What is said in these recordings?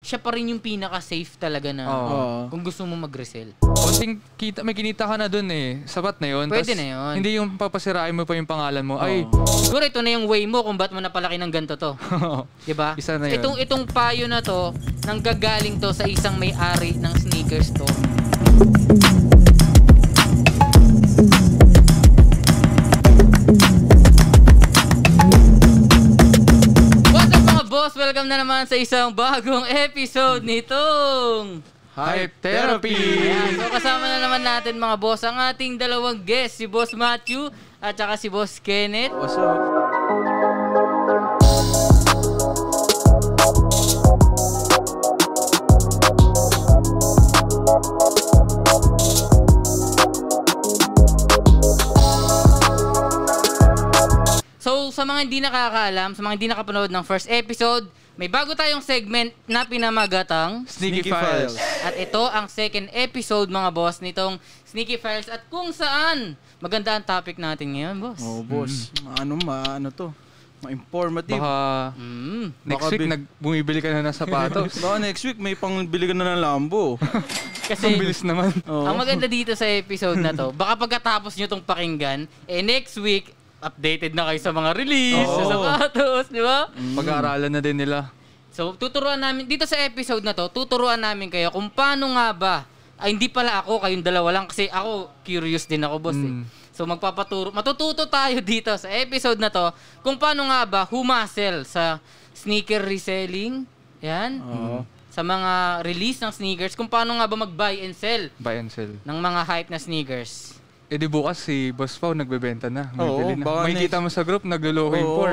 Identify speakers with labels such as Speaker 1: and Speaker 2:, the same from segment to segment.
Speaker 1: siya pa rin yung pinaka-safe talaga na
Speaker 2: Oo.
Speaker 3: Oo.
Speaker 1: kung gusto mo mag-resell.
Speaker 2: Konting kita, may kinita ka na dun eh. Sapat na yun.
Speaker 1: Pwede
Speaker 2: Tas
Speaker 1: na yun.
Speaker 2: Hindi yung papasirain mo pa yung pangalan mo. Ay,
Speaker 1: Siguro ito na yung way mo kung ba't mo napalaki ng ganito to. Di ba?
Speaker 2: Isa na yun.
Speaker 1: Itong, itong payo na to, nanggagaling to sa isang may-ari ng sneakers to. What's up mga boss? Welcome na naman sa isang bagong episode nitong...
Speaker 2: Hype Therapy!
Speaker 1: Ayan, so kasama na naman natin mga boss ang ating dalawang guest, si Boss Matthew at saka si Boss Kenneth.
Speaker 3: What's up?
Speaker 1: So, sa mga hindi nakakaalam, sa mga hindi nakapanood ng first episode, may bago tayong segment na pinamagatang.
Speaker 2: Sneaky, Files.
Speaker 1: At ito ang second episode, mga boss, nitong Sneaky Files at kung saan maganda ang topic natin ngayon, boss.
Speaker 3: Oh, boss. Ano ma ano to? Ma-informative.
Speaker 2: Mm-hmm. Baka
Speaker 1: Mm.
Speaker 2: next
Speaker 3: Baka
Speaker 2: week
Speaker 3: bi-
Speaker 2: nag bumibili ka na ng sapatos.
Speaker 3: Baka next week may pangbili ka na ng Lambo.
Speaker 2: Ang
Speaker 1: Kasi
Speaker 2: bilis naman.
Speaker 3: Oo.
Speaker 1: ang maganda dito sa episode na to, baka pagkatapos nyo tong pakinggan, eh next week, updated na kayo sa mga release, sa
Speaker 2: Oo.
Speaker 1: sapatos, di ba?
Speaker 3: Mm.
Speaker 2: Pag-aaralan na din nila.
Speaker 1: So, tuturuan namin, dito sa episode na to, tuturuan namin kayo kung paano nga ba, ay hindi pala ako, kayong dalawa lang, kasi ako, curious din ako, boss. eh.
Speaker 2: Mm.
Speaker 1: So, magpapaturo, matututo tayo dito sa episode na to, kung paano nga ba humasel sa sneaker reselling, yan,
Speaker 3: Oo.
Speaker 1: sa mga release ng sneakers, kung paano nga ba mag-buy and sell
Speaker 2: Buy and sell.
Speaker 1: ng mga hype na sneakers.
Speaker 2: E di bukas si Boss Pao nagbebenta na. May
Speaker 3: Oo,
Speaker 2: bili na.
Speaker 3: baka
Speaker 2: May
Speaker 3: next-
Speaker 2: kita mo sa group, naglulocking
Speaker 3: Oo.
Speaker 2: for.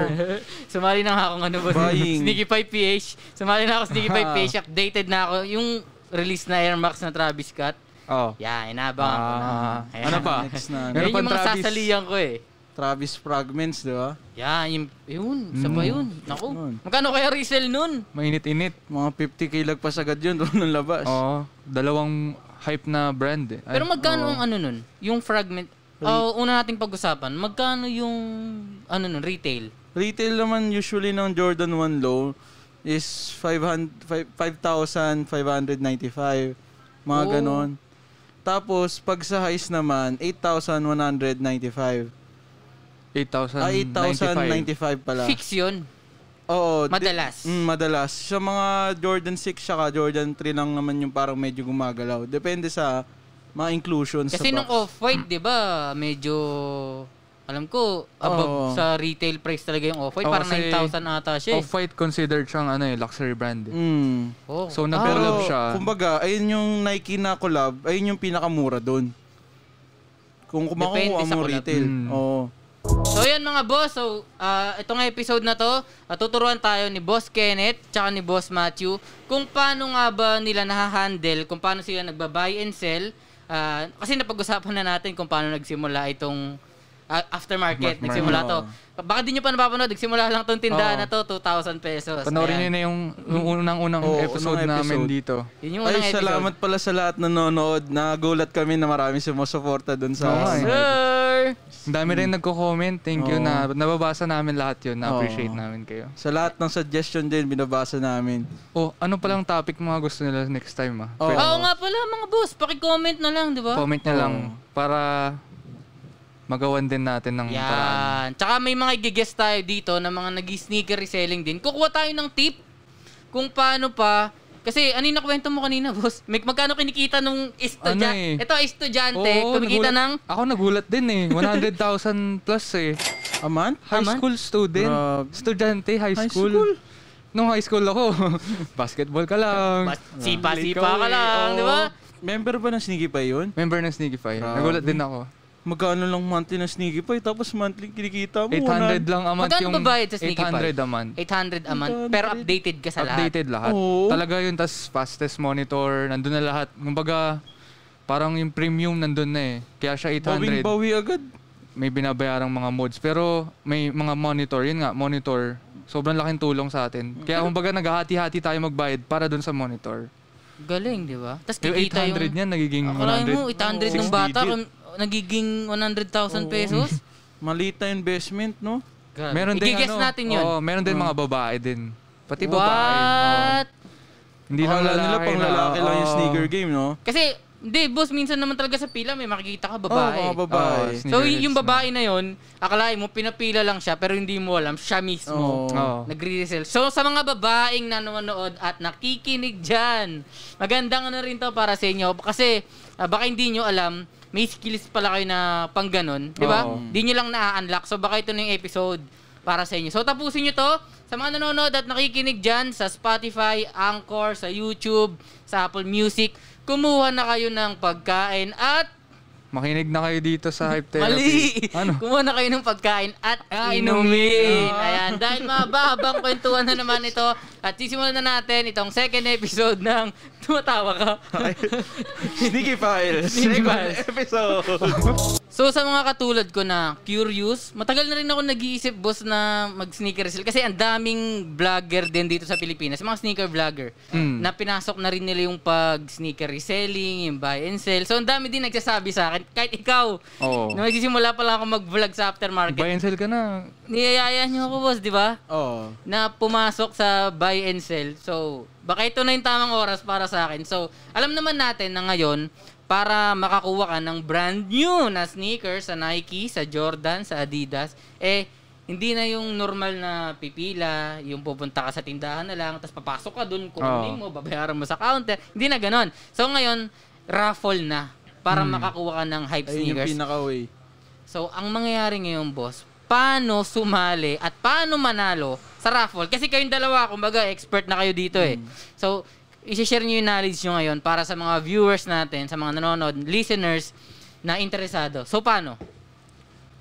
Speaker 1: Sumali na nga akong ano ba?
Speaker 3: Buying.
Speaker 1: Sneaky 5 PH. Sumali na ako sa Sneaky 5 PH. Updated na ako. Yung release na Air Max na Travis Scott.
Speaker 2: Oo.
Speaker 1: Yeah, inaabangan ko na.
Speaker 2: Ah,
Speaker 1: Ayan.
Speaker 2: ano pa?
Speaker 3: Next na.
Speaker 2: Meron
Speaker 1: Yan yung
Speaker 2: pang
Speaker 1: mga
Speaker 2: Travis.
Speaker 1: sasaliyan ko eh.
Speaker 3: Travis Fragments, di ba?
Speaker 1: Yeah, yung, yun. Isa
Speaker 2: Mm.
Speaker 1: pa yun. Naku.
Speaker 3: Yun.
Speaker 1: Magkano kaya resell nun?
Speaker 2: Mainit-init.
Speaker 3: Mga 50k lagpas agad yun doon ng labas.
Speaker 2: Oo. Dalawang hype na brand eh. Ay,
Speaker 1: Pero magkano ang ano nun? Yung fragment. Oh, una nating pag-usapan. Magkano yung ano nun, retail?
Speaker 3: Retail naman usually ng Jordan 1 low is 500 five- 5,595. Mga
Speaker 1: Oh.
Speaker 3: ganon. Tapos, pag sa highs naman, 8,195.
Speaker 2: Um, 8,095.
Speaker 3: Ah, 8,095 pala.
Speaker 1: Fix yun.
Speaker 3: Oo. di-
Speaker 1: Madalas.
Speaker 3: Mm, madalas. Sa mga Jordan 6 saka Jordan 3 lang naman yung parang medyo gumagalaw. Depende sa mga inclusions
Speaker 1: Kasi
Speaker 3: sa
Speaker 1: nung
Speaker 3: box.
Speaker 1: off-white, di ba, medyo, alam ko, above
Speaker 3: Oo.
Speaker 1: sa retail price talaga yung off-white.
Speaker 2: Oo,
Speaker 1: parang
Speaker 2: kasi
Speaker 1: 9,000 ata siya eh.
Speaker 2: Off-White considered siyang ano eh, luxury brand eh.
Speaker 3: Mm.
Speaker 1: Oh. Ah,
Speaker 2: So, nag-collab
Speaker 3: Pero,
Speaker 2: siya.
Speaker 3: kumbaga, ayun yung Nike na collab, ayun yung pinakamura doon. Kung
Speaker 1: Depende
Speaker 3: kumakuha
Speaker 1: sa
Speaker 3: mo
Speaker 1: collab.
Speaker 3: retail.
Speaker 2: Mm.
Speaker 3: Oo.
Speaker 1: So yan mga boss, so ah, itong episode na to, ah, tuturuan tayo ni Boss Kenneth tsaka ni Boss Matthew kung paano nga ba nila nahahandle, kung paano sila nagba-buy and sell. Ah, kasi napag-usapan na natin kung paano nagsimula itong ah, aftermarket,
Speaker 2: Aftermarket,
Speaker 1: nagsimula to. Baka di nyo pa napapanood, nagsimula lang tong tindahan
Speaker 2: Oo.
Speaker 1: na to, 2,000 pesos.
Speaker 2: Panoorin niyo
Speaker 1: Ayan.
Speaker 2: na yung yung unang-unang
Speaker 3: Hmm. Oo,
Speaker 2: episode
Speaker 3: unang
Speaker 2: namin
Speaker 3: episode.
Speaker 2: dito.
Speaker 1: Yun yung
Speaker 3: Ay,
Speaker 1: unang episode.
Speaker 3: salamat pala sa lahat na nanonood. Nagulat kami na marami sumusuporta doon sa...
Speaker 2: Oo nga eh.
Speaker 1: Sir!
Speaker 2: Ang dami rin nagko-comment. Thank you
Speaker 3: Hmm.
Speaker 2: na
Speaker 3: Oo.
Speaker 2: nababasa namin lahat yun. Na-appreciate
Speaker 3: Oo.
Speaker 2: namin kayo.
Speaker 3: Sa lahat ng suggestion din, binabasa namin.
Speaker 2: Oh, ano palang topic mga gusto nila next time ah?
Speaker 3: Oo.
Speaker 1: Oo nga pala mga boss, paki-comment na lang, di ba?
Speaker 2: Comment na
Speaker 3: Oo.
Speaker 2: lang para magawan din natin ng Mm, paraan.
Speaker 1: Yan. Tsaka may mga i-guess tayo dito na mga nag sneaker reselling din. Kukuha tayo ng tip kung paano pa kasi ano yung nakwento mo kanina, boss? May, magkano kinikita nung estudyante?
Speaker 2: Ano eh?
Speaker 1: Ito, estudyante,
Speaker 2: Oo,
Speaker 1: kumikita ng...
Speaker 2: nagulat- Ako nagulat din eh. 100,000 plus eh.
Speaker 3: Aman?
Speaker 2: High
Speaker 1: Aman?
Speaker 2: school student.
Speaker 3: Grabe.
Speaker 2: Estudyante, high
Speaker 3: High
Speaker 2: school.
Speaker 3: school?
Speaker 2: Nung high school ako, basketball ka lang.
Speaker 1: Bas- Sipa-sipa
Speaker 2: Ikaw
Speaker 1: ka
Speaker 2: eh,
Speaker 1: lang,
Speaker 2: oo.
Speaker 1: Ah, di ba?
Speaker 3: Member ba ng Sneaky Pie yun?
Speaker 2: Member ng Sneaky Fire.
Speaker 3: Grabe.
Speaker 2: Nagulat din ako.
Speaker 3: Magkano lang monthly ng Sneaky Pie tapos monthly kinikita mo?
Speaker 2: 800
Speaker 3: 100.
Speaker 2: lang a month
Speaker 1: Magkano
Speaker 2: yung...
Speaker 1: babayad sa Sneaky Pie?
Speaker 2: 800 a month.
Speaker 1: 800 a month. Pero updated ka sa lahat.
Speaker 2: Updated lahat.
Speaker 3: Oo.
Speaker 2: Talaga yun, tas fastest monitor, nandun na lahat. Kumbaga, parang yung premium nandun na eh. Kaya siya 800.
Speaker 3: Bawing-bawi agad.
Speaker 2: May binabayarang mga modes. Pero may mga monitor, yun nga, monitor. Sobrang laking tulong sa atin. Kaya kumbaga naghahati-hati tayo magbayad para dun sa monitor.
Speaker 1: Galing, di ba? Tapos
Speaker 2: Yung
Speaker 1: kikita
Speaker 2: 800
Speaker 1: yung...
Speaker 2: niyan, nagiging
Speaker 1: Akalain mo, 800
Speaker 2: 100.
Speaker 3: Oo.
Speaker 1: nung bata,
Speaker 3: Six
Speaker 1: kung- nagiging 100,000 pesos.
Speaker 3: Maliit na investment, no?
Speaker 1: Grabe.
Speaker 2: Meron din
Speaker 1: I-guess
Speaker 2: ano,
Speaker 1: natin yun.
Speaker 2: Oo, meron din mga babae din. Pati babae.
Speaker 1: What?
Speaker 2: Hindi lang
Speaker 3: Akala
Speaker 2: lalaki
Speaker 3: nila pang lalaki
Speaker 2: na,
Speaker 3: lang yung
Speaker 2: oo.
Speaker 3: sneaker game, no?
Speaker 1: Kasi, hindi, boss, minsan naman talaga sa pila may makikita ka
Speaker 3: Oo,
Speaker 1: babae.
Speaker 3: mga babae.
Speaker 2: Oo,
Speaker 1: so,
Speaker 2: sneakerheads
Speaker 1: y- yung
Speaker 2: na.
Speaker 1: babae na yon akalain mo, pinapila lang siya, pero hindi mo alam, siya mismo.
Speaker 3: Oo.
Speaker 2: Oo.
Speaker 1: Nagre-resell. So, sa mga babaeng nanonood at nakikinig dyan, magandang ano rin to para sa inyo. Kasi, ah, baka hindi nyo alam, may skills pala kayo na pang ganun. Di ba?
Speaker 2: Oo.
Speaker 1: Di nyo lang na-unlock. So, baka ito na yung episode para sa inyo. So, tapusin nyo to sa mga nanonood at nakikinig dyan sa Spotify, Anchor, sa YouTube, sa Apple Music. Kumuha na kayo ng pagkain at
Speaker 2: Makinig na kayo dito sa Hype
Speaker 1: Mali!
Speaker 2: Therapy. Ano?
Speaker 1: Kumuha na kayo ng pagkain at
Speaker 2: Ah,
Speaker 1: inumin. Ah.
Speaker 2: inumin.
Speaker 1: Ayan, dahil mababang kwentuhan na naman ito. At sisimulan na natin itong second episode ng Tumatawa Ka.
Speaker 3: Sneaky Files.
Speaker 1: Sneaky
Speaker 3: Second
Speaker 1: Files.
Speaker 3: episode.
Speaker 1: So sa mga katulad ko na curious, matagal na rin ako nag-iisip boss na mag-sneaker sale kasi ang daming vlogger din dito sa Pilipinas, mga sneaker vlogger
Speaker 2: Mm.
Speaker 1: na pinasok na rin nila yung pag sneaker reselling, yung buy and sell. So ang dami din nagsasabi sa akin, kahit ikaw,
Speaker 2: Oo.
Speaker 1: na nagsisimula pa lang ako mag-vlog sa aftermarket,
Speaker 2: Buy and sell ka na.
Speaker 1: Niyayaya niyo ako, boss, di ba?
Speaker 3: Oo.
Speaker 1: Na pumasok sa buy and sell. So, baka ito na yung tamang oras para sa akin. So, alam naman natin na ngayon, para makakuha ka ng brand new na sneakers sa Nike, sa Jordan, sa Adidas, eh, hindi na yung normal na pipila, yung pupunta ka sa tindahan na lang, tapos papasok ka dun, kukunin mo, babayaran mo sa counter. Hindi na ganon. So ngayon, raffle na para makakuha ka ng hype
Speaker 3: Hmm. Ayun yung
Speaker 1: sneakers.
Speaker 3: pinaka-way.
Speaker 1: So, ang mangyayari ngayon, boss, paano sumali at paano manalo sa raffle? Kasi kayong dalawa, kumbaga, expert na kayo dito eh. So, isi-share nyo yung knowledge nyo ngayon para sa mga viewers natin, sa mga nanonood, listeners na interesado. So, paano?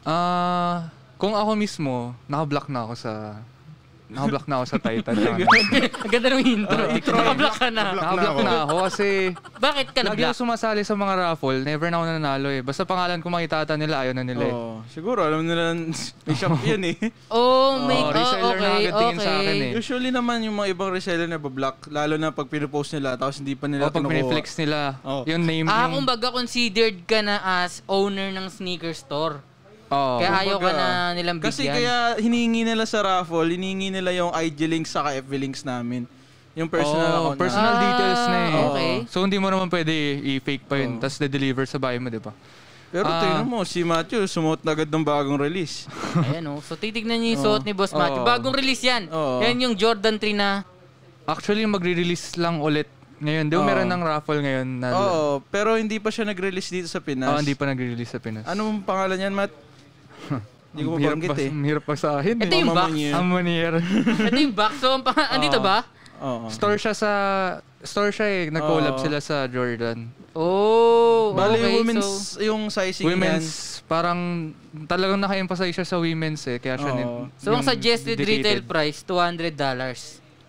Speaker 2: Ah, kung ako mismo, nakablock na ako sa nakablock na ako sa Titan.
Speaker 1: ang ganda ng intro.
Speaker 2: Ah,
Speaker 1: Nakablock ka na.
Speaker 2: nakablock na ako kasi
Speaker 1: Bakit ka
Speaker 2: lagi
Speaker 1: na-block?
Speaker 2: ako sumasali sa mga raffle. Never na ako nananalo eh. Basta pangalan ko makitata nila, ayaw na nila eh.
Speaker 3: Oo. Siguro, alam nila, may shop yan eh.
Speaker 1: Oh, may...
Speaker 2: Oo,
Speaker 1: Oh,
Speaker 2: reseller na
Speaker 1: okay,
Speaker 2: agad tingin sa akin
Speaker 1: okay.
Speaker 2: eh.
Speaker 3: Usually naman yung mga ibang reseller na bablock, lalo na pag pinopost nila tapos hindi pa
Speaker 2: O
Speaker 3: nila
Speaker 2: pag reflex nila,
Speaker 3: Oo.
Speaker 2: yung name
Speaker 1: Ah,
Speaker 2: yung...
Speaker 1: kumbaga considered ka na as owner ng sneaker store.
Speaker 2: Oo.
Speaker 1: Kaya ayaw ka na nilang bigyan.
Speaker 3: Kasi kaya hinihingi nila sa raffle, hinihingi nila yung IG links saka FB links namin. Yung personal
Speaker 2: Oo,
Speaker 3: account
Speaker 2: personal
Speaker 1: Ah,
Speaker 2: details na eh.
Speaker 1: okay.
Speaker 2: So hindi mo naman pwede i-fake pa yun, tapos de-deliver sa bahay mo, di ba?
Speaker 3: namin. Pero
Speaker 2: Ah.
Speaker 3: tingnan mo, si Matthew sumuot na agad ng bagong release.
Speaker 1: Ayan oh. So titignan niyo yung suot ni Boss Matthew.
Speaker 2: Oo.
Speaker 1: Bagong release yan.
Speaker 3: Oo.
Speaker 1: Yan yung Jordan 3 na...
Speaker 2: Actually, magre-release lang ulit ngayon. Di ba
Speaker 3: Oo.
Speaker 2: meron ng raffle ngayon na
Speaker 1: Ano?
Speaker 3: Oo, pero hindi pa siya nag-release dito sa Pinas.
Speaker 1: Oh,
Speaker 2: Oo, hindi pa nag-release sa Pinas.
Speaker 3: Ano ang pangalan niyan, Matt? Hindi ko
Speaker 2: Ang hirap
Speaker 3: mabanggit
Speaker 2: ba-
Speaker 3: eh.
Speaker 2: ang Hirap pa sa akin.
Speaker 1: Ito yung box.
Speaker 3: Mamamangya.
Speaker 2: Ang manier.
Speaker 1: Ito yung box. So, ang pa- andito ba?
Speaker 3: Oo.
Speaker 2: store siya sa... Store siya eh. Nag-collab
Speaker 3: Oo.
Speaker 2: sila sa Jordan.
Speaker 1: Oh,
Speaker 3: Bale,
Speaker 1: okay.
Speaker 3: yung women's,
Speaker 1: So,
Speaker 3: yung sizing niyan.
Speaker 2: women's, parang talagang naka-emphasize siya sa women's eh. Kaya siya
Speaker 3: Oo.
Speaker 2: nin-
Speaker 1: so ang
Speaker 2: yung
Speaker 1: suggested retail
Speaker 2: dedicated.
Speaker 1: price, $200.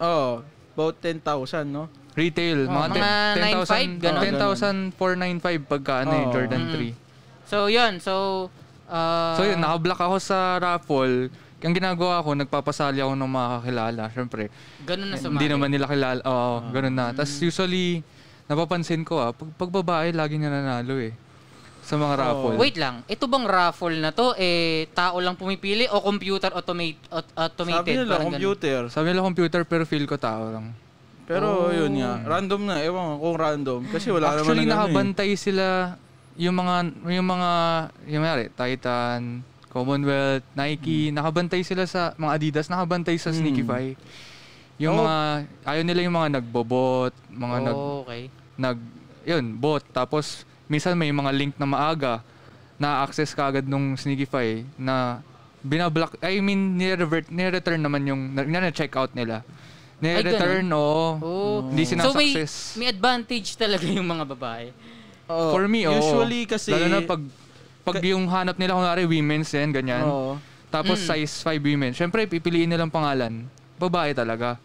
Speaker 3: Oo, oh, about 10,000, no?
Speaker 2: Retail.
Speaker 1: Oh,
Speaker 2: mga,
Speaker 1: mga 9,500,
Speaker 2: 10,000,
Speaker 1: ganon.
Speaker 2: 10,495 pagka ano eh,
Speaker 3: Oo.
Speaker 2: Jordan
Speaker 1: Mm.
Speaker 2: 3.
Speaker 1: So, yun. So, ah,
Speaker 2: So yun, nakablock ako sa raffle. Ang ginagawa ko, nagpapasali ako ng mga kakilala, syempre.
Speaker 1: ganun na Ah, sumali. Mm.
Speaker 2: Hindi naman nila kilala. Oo,
Speaker 3: Ah.
Speaker 2: ganun na. Tapos usually, napapansin ko ah, pag, pag babae, lagi niya nanalo eh. Sa mga raffle.
Speaker 1: Wait lang, ito bang raffle na to, eh, tao lang pumipili o computer automate, aut- automated?
Speaker 3: Sabi nila,
Speaker 1: Parang ganun.
Speaker 3: computer.
Speaker 2: Sabi nila computer, pero feel ko tao lang.
Speaker 3: Pero
Speaker 1: Oh.
Speaker 3: yun nga, random na. Ewan ko kung random. Kasi wala
Speaker 2: Actually,
Speaker 3: naman ano
Speaker 2: nakabantay sila yung mga, yung mga, yung mga, Titan, Commonwealth, Nike,
Speaker 3: Mm.
Speaker 2: nakabantay sila sa, mga Adidas, nakabantay sa Sneakify. Yung
Speaker 3: Oo.
Speaker 2: mga, ayaw nila yung mga nagbobot, mga nag,
Speaker 1: Oh, okay.
Speaker 2: nag yun bot tapos minsan may mga link na maaga na access kaagad nung Sneakify na binablock I mean nirevert nireturn naman yung nire-check out nila nire-return oo
Speaker 1: Oh.
Speaker 2: hindi
Speaker 1: So, may,
Speaker 2: sinasuccess
Speaker 1: may advantage talaga yung mga babae.
Speaker 3: eh. Oo.
Speaker 2: for me oo
Speaker 3: Usually kasi...
Speaker 2: lalo na pag pag yung hanap nila kunwari women's yan ganyan
Speaker 3: Oo.
Speaker 2: tapos
Speaker 1: Mm.
Speaker 2: size 5 women syempre pipiliin nilang pangalan babae talaga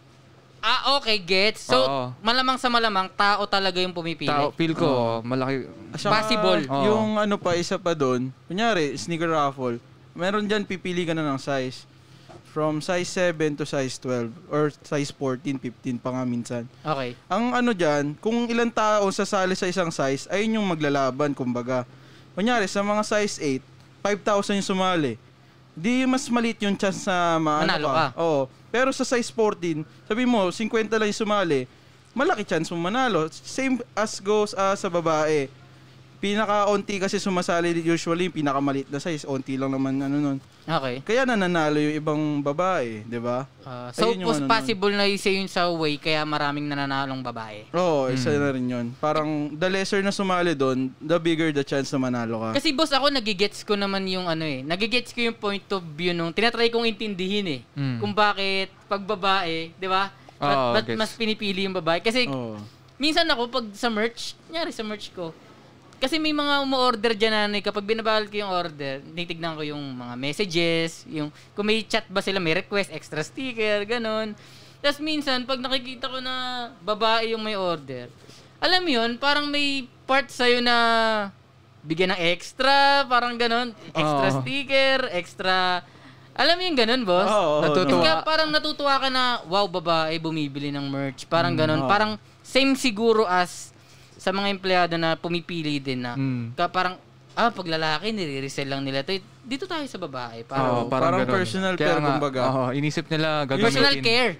Speaker 1: Ah, okay, gets. So,
Speaker 2: Oo.
Speaker 1: malamang sa malamang, tao talaga yung pumipili.
Speaker 2: tao feel ko oo, malaki
Speaker 3: At saka,
Speaker 1: Possible.
Speaker 2: Oo.
Speaker 3: Yung ano pa, isa pa doon. Kunyari, sneaker raffle. Meron dyan, pipili ka na ng size. From size 7 to size 12. Or size 14, 15 pa nga minsan.
Speaker 1: Okay.
Speaker 3: Ang ano dyan, kung ilang tao sasali sa isang size, ayun yung maglalaban, kumbaga. Kunyari, sa mga size 8, 5,000 yung sumali. Di mas maliit yung chance na maano
Speaker 1: Manalo ka.
Speaker 3: Oo. Pero sa size 14, sabi mo, 50 lang yung sumali. malaki chance mong manalo. Same as goes ah, sa babae. Pinaka-onti kasi sumasali usually, yung pinakamalit na size, onti lang naman ano nun.
Speaker 1: Okay.
Speaker 3: Kaya nananalo yung ibang babae, di ba?
Speaker 1: Ah, so,
Speaker 3: Ayun yung
Speaker 1: pos-
Speaker 3: ano nun.
Speaker 1: possible na isa yun sa way kaya maraming nananalong babae.
Speaker 3: Oo, isa na rin yun. Parang the lesser na sumali doon, the bigger the chance na manalo
Speaker 2: Ah.
Speaker 3: ka.
Speaker 1: Kasi boss, ako nagigets ko naman yung ano eh. Nagigets ko yung point of view nung tinatry kong intindihin eh.
Speaker 2: Mm.
Speaker 1: Kung bakit pag babae, di ba? Ba't,
Speaker 2: Oo,
Speaker 1: ba't
Speaker 2: gets.
Speaker 1: mas pinipili yung babae? Kasi
Speaker 3: Oo.
Speaker 1: minsan ako pag sa merch, nyari sa merch ko, kasi may mga umu-order dyan nanay, kapag binabawal ko yung order, titignan ko yung mga messages, yung kung may chat ba sila, may request, extra sticker, ganun. Tapos minsan, pag nakikita ko na babae yung may order, alam mo yun, parang may part sa'yo na bigyan ng extra, parang ganun, extra
Speaker 2: Oo.
Speaker 1: sticker, extra... Alam mo yung ganun, boss?
Speaker 3: Oo, oo,
Speaker 2: Natutuwa.
Speaker 3: Ah.
Speaker 1: Ikaw, parang natutuwa ka na, wow, babae, bumibili ng merch. Parang ganun.
Speaker 3: Mm, oo.
Speaker 1: Parang same siguro as sa mga empleyado na pumipili din na.
Speaker 2: Mm.
Speaker 1: Ka, parang, ah, pag lalaki, nire-resell lang nila. to. Dito tayo sa babae. Parang
Speaker 2: Oo,
Speaker 3: Oo, parang
Speaker 2: ganun.
Speaker 3: personal pair, kumbaga.
Speaker 2: oo, inisip nila
Speaker 3: Ah,
Speaker 2: gagamitin.
Speaker 1: personal care.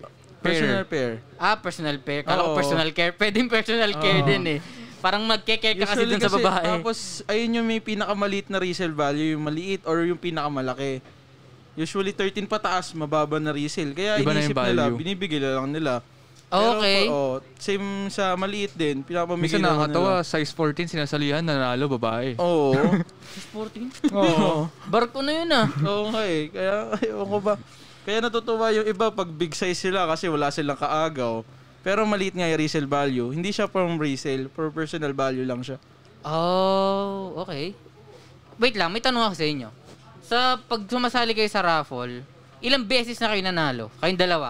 Speaker 3: Personal pair.
Speaker 1: Ah, personal care. Kala ko
Speaker 3: Oo.
Speaker 1: personal care. Pwede personal care din eh. Parang magke-care ka kasi
Speaker 3: Usually
Speaker 1: dun sa babae. Ah,
Speaker 3: Tapos, ayun yung may pinakamaliit na resale value, yung maliit or yung pinakamalaki. Usually 13 pataas, mababa na resale. Kaya
Speaker 2: Iba na
Speaker 3: inisip
Speaker 2: yung
Speaker 3: nila,
Speaker 2: value.
Speaker 3: binibigay na lang nila.
Speaker 1: Okay.
Speaker 3: Pero, oh, same sa maliit din, pinapamigay
Speaker 2: Minsan
Speaker 3: na Oh. lang
Speaker 2: nakakatawa,
Speaker 3: nila.
Speaker 2: size 14, sinasalihan, nanalo babae.
Speaker 3: Oo.
Speaker 1: 14.
Speaker 3: Oo.
Speaker 1: Barko na yun ah.
Speaker 3: Oo nga eh. Kaya, ayoko ba. Kaya natutuwa yung iba pag big size sila kasi wala silang kaagaw. Pero maliit nga yung resale value. Hindi siya from resale, for personal value lang siya.
Speaker 1: Oh, okay. Wait lang, may tanong ako sa inyo. Sa pag sumasali kayo sa raffle, ilang beses na kayo nanalo? Kayong dalawa?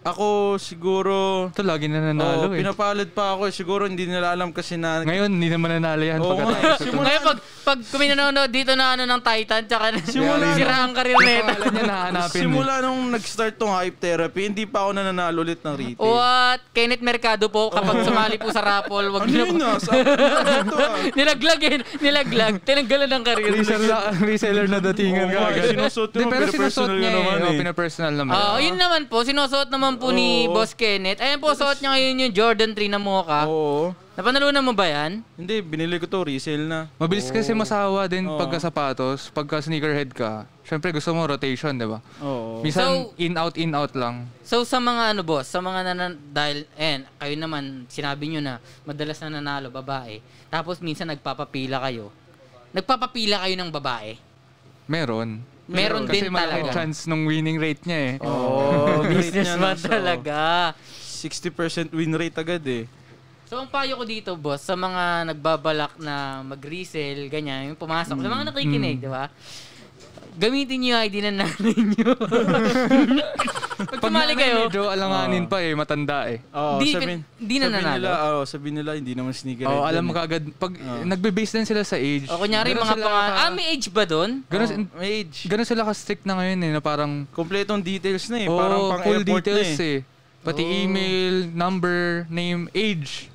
Speaker 3: Ako siguro...
Speaker 2: Ito, lagi na nanalo
Speaker 3: oh,
Speaker 2: eh.
Speaker 3: pinapalad pa ako. eh. Siguro hindi nila alam kasi na...
Speaker 2: Ngayon, hindi naman nanalo yan.
Speaker 3: Oo nga eh.
Speaker 2: pagkatapos ito.
Speaker 3: Simula-
Speaker 1: Ngayon, pag, pag kung may nanonood dito na ano ng Titan, tsaka
Speaker 3: Simula na.
Speaker 1: sira ang karir na ito.
Speaker 2: Alam niya, nahanapin. eh.
Speaker 3: Simula nung nag-start tong hype therapy, hindi pa ako nananalo ulit ng retail.
Speaker 1: What? Kenneth Mercado po,
Speaker 3: Oh.
Speaker 1: kapag sumali po sa raffle, wag
Speaker 3: ano
Speaker 1: niyo
Speaker 3: yun ah? Sabi ko ito ah.
Speaker 1: Nilaglag eh. Nilaglag. Tinanggalan ng karir.
Speaker 2: Reseller, reseller na datingan
Speaker 3: Oo
Speaker 2: ka
Speaker 3: nga eh,
Speaker 2: agad.
Speaker 3: sinusuot
Speaker 2: Di,
Speaker 3: mo,
Speaker 2: pero sinusuot
Speaker 3: pinapersonal yun
Speaker 2: niya
Speaker 3: naman
Speaker 2: eh.
Speaker 3: eh.
Speaker 2: Oh, pinapersonal naman.
Speaker 1: Oo, Ah, yun naman po. Sinusuot naman po ni
Speaker 3: Oo.
Speaker 1: Boss Kenneth. Ayan po, suot niya ngayon yung Jordan 3 na mocha.
Speaker 3: Oo.
Speaker 1: Napanalunan mo ba yan?
Speaker 3: Hindi, binili ko to, resale na.
Speaker 2: Mabilis
Speaker 3: Oh.
Speaker 2: kasi masawa din
Speaker 3: Oo.
Speaker 2: pagka sapatos, pagka sneakerhead ka. Siyempre gusto mo rotation, di ba?
Speaker 3: Oo.
Speaker 2: Minsan
Speaker 1: So-
Speaker 2: in out in out lang.
Speaker 1: So sa mga ano boss, sa mga nanan dahil eh kayo naman sinabi nyo na madalas na nanalo babae. Tapos minsan nagpapapila kayo. Nagpapapila kayo ng babae.
Speaker 2: Meron.
Speaker 1: Meron,
Speaker 2: Kasi
Speaker 1: din
Speaker 2: malaki
Speaker 1: talaga.
Speaker 2: chance nung winning rate niya eh.
Speaker 3: Oh,
Speaker 1: Businessman talaga.
Speaker 3: 60% win rate agad eh.
Speaker 1: So ang payo ko dito boss sa mga nagbabalak na mag-resell, ganyan, yung pumasok. Sa mga nakikinig, di ba? Gamitin niyo yung ID ng nanay niyo. Pag sumali
Speaker 2: nanay,
Speaker 1: kayo,
Speaker 2: medyo
Speaker 3: Ah.
Speaker 2: alanganin pa eh, matanda eh.
Speaker 3: Oo,
Speaker 1: Di-
Speaker 3: sabihin-
Speaker 1: di na
Speaker 3: sabihin
Speaker 1: nanalo.
Speaker 3: Nila, oh, sabihin nila, hindi naman sneaker.
Speaker 2: Oh, alam mo kagad, pag nagbe-base din sila sa age.
Speaker 1: o kunyari
Speaker 2: Ganun
Speaker 1: mga
Speaker 2: sila
Speaker 1: pang...
Speaker 2: ka-
Speaker 1: Ah, may age ba doon?
Speaker 2: ganun,
Speaker 3: may age.
Speaker 2: ganun sila ka-strict na ngayon eh, na parang
Speaker 3: Kompletong details na eh.
Speaker 2: Oo,
Speaker 3: parang pang
Speaker 2: full
Speaker 3: airport
Speaker 2: details
Speaker 3: na
Speaker 2: eh.
Speaker 3: eh.
Speaker 2: Pati email, number, name, age.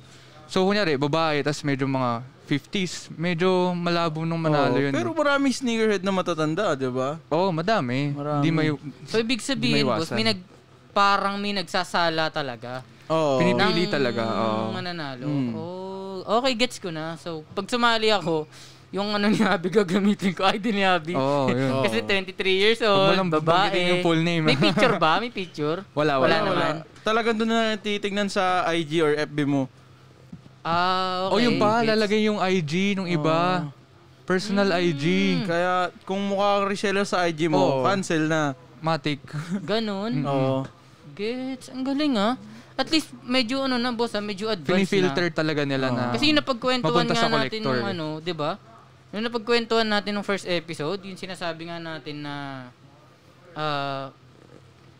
Speaker 2: So, kunyari, babae, tas medyo mga 50s. Medyo malabo nung manalo
Speaker 3: Oo,
Speaker 2: yun.
Speaker 3: Pero marami sneakerhead na matatanda, di ba?
Speaker 2: Oo, madami.
Speaker 3: Marami.
Speaker 2: Di may,
Speaker 1: So ibig sabihin, boss,
Speaker 2: Maiwasan.
Speaker 1: may nag parang may nagsasala talaga.
Speaker 3: Oo.
Speaker 2: Pinip-
Speaker 1: ng
Speaker 2: Pili talaga, oo. Hmm.
Speaker 1: mananalo.
Speaker 3: Mm.
Speaker 1: Oh, okay, gets ko na. So pag sumali ako, yung ano ni Abby gagamitin ko, ID ni Abby.
Speaker 2: Oo, yun.
Speaker 3: Oo.
Speaker 1: Kasi 23 years
Speaker 2: Huwag mo
Speaker 1: old,
Speaker 2: lang banggitin
Speaker 1: babae.
Speaker 2: yung full
Speaker 1: May
Speaker 2: name, ah.
Speaker 1: picture ba? May picture?
Speaker 2: Wala, wala.
Speaker 1: wala naman.
Speaker 3: Talagang doon na titignan sa IG or FB mo.
Speaker 1: Ah, okay.
Speaker 2: Oh, yun pa,
Speaker 1: Gets.
Speaker 2: lalagay yung IG nung iba. Personal IG.
Speaker 1: Hmm.
Speaker 3: Kaya kung mukha kang reseller sa IG
Speaker 2: Hmm.
Speaker 3: mo,
Speaker 2: Oo. Hmm.
Speaker 3: cancel na.
Speaker 2: Matik.
Speaker 1: Ganun.
Speaker 3: Oo.
Speaker 1: Gets. Ang galing ah. At least medyo ano na, boss, ah, medyo advanced na.
Speaker 2: Pinifilter talaga nila na.
Speaker 1: Kasi yung napagkwentuhan
Speaker 2: Papunta
Speaker 1: nga
Speaker 2: sa
Speaker 1: natin
Speaker 2: collector. eh.
Speaker 1: nung ano, 'di ba? Yung napagkwentuhan natin nung first episode, yung sinasabi nga natin na ah,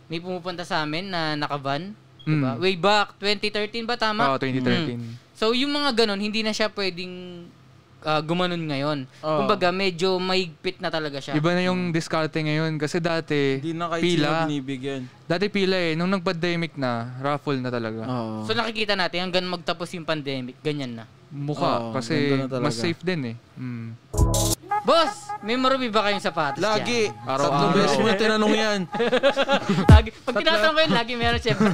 Speaker 1: may pumupunta sa amin na nakavan, 'di ba?
Speaker 2: Mm.
Speaker 1: Way back 2013 ba tama?
Speaker 2: Oo, 2013.
Speaker 1: Mm. So yung mga ganun, hindi na siya pwedeng ah, gumanon ngayon.
Speaker 3: Oo.
Speaker 1: Kumbaga medyo maigpit na talaga siya.
Speaker 2: Iba na yung diskarte ngayon. Kasi dati,
Speaker 3: Hindi na kahit sino
Speaker 2: pila.
Speaker 3: binibigyan.
Speaker 2: Dati pila eh. Nung nag-pandemic na, raffle na talaga.
Speaker 3: Oo.
Speaker 1: So nakikita natin hanggang magtapos yung pandemic, ganyan na.
Speaker 2: Mukha.
Speaker 3: Oo,
Speaker 2: kasi
Speaker 3: ganda na talaga.
Speaker 2: mas safe din eh. Mm.
Speaker 1: Boss, may marubi ba kayong sapatos
Speaker 3: Lagi.
Speaker 2: Araw-araw.
Speaker 3: Tatlong beses mo na tinanong yan.
Speaker 1: dyan? lagi. Pag tinatanong ko yun, lagi meron syempre.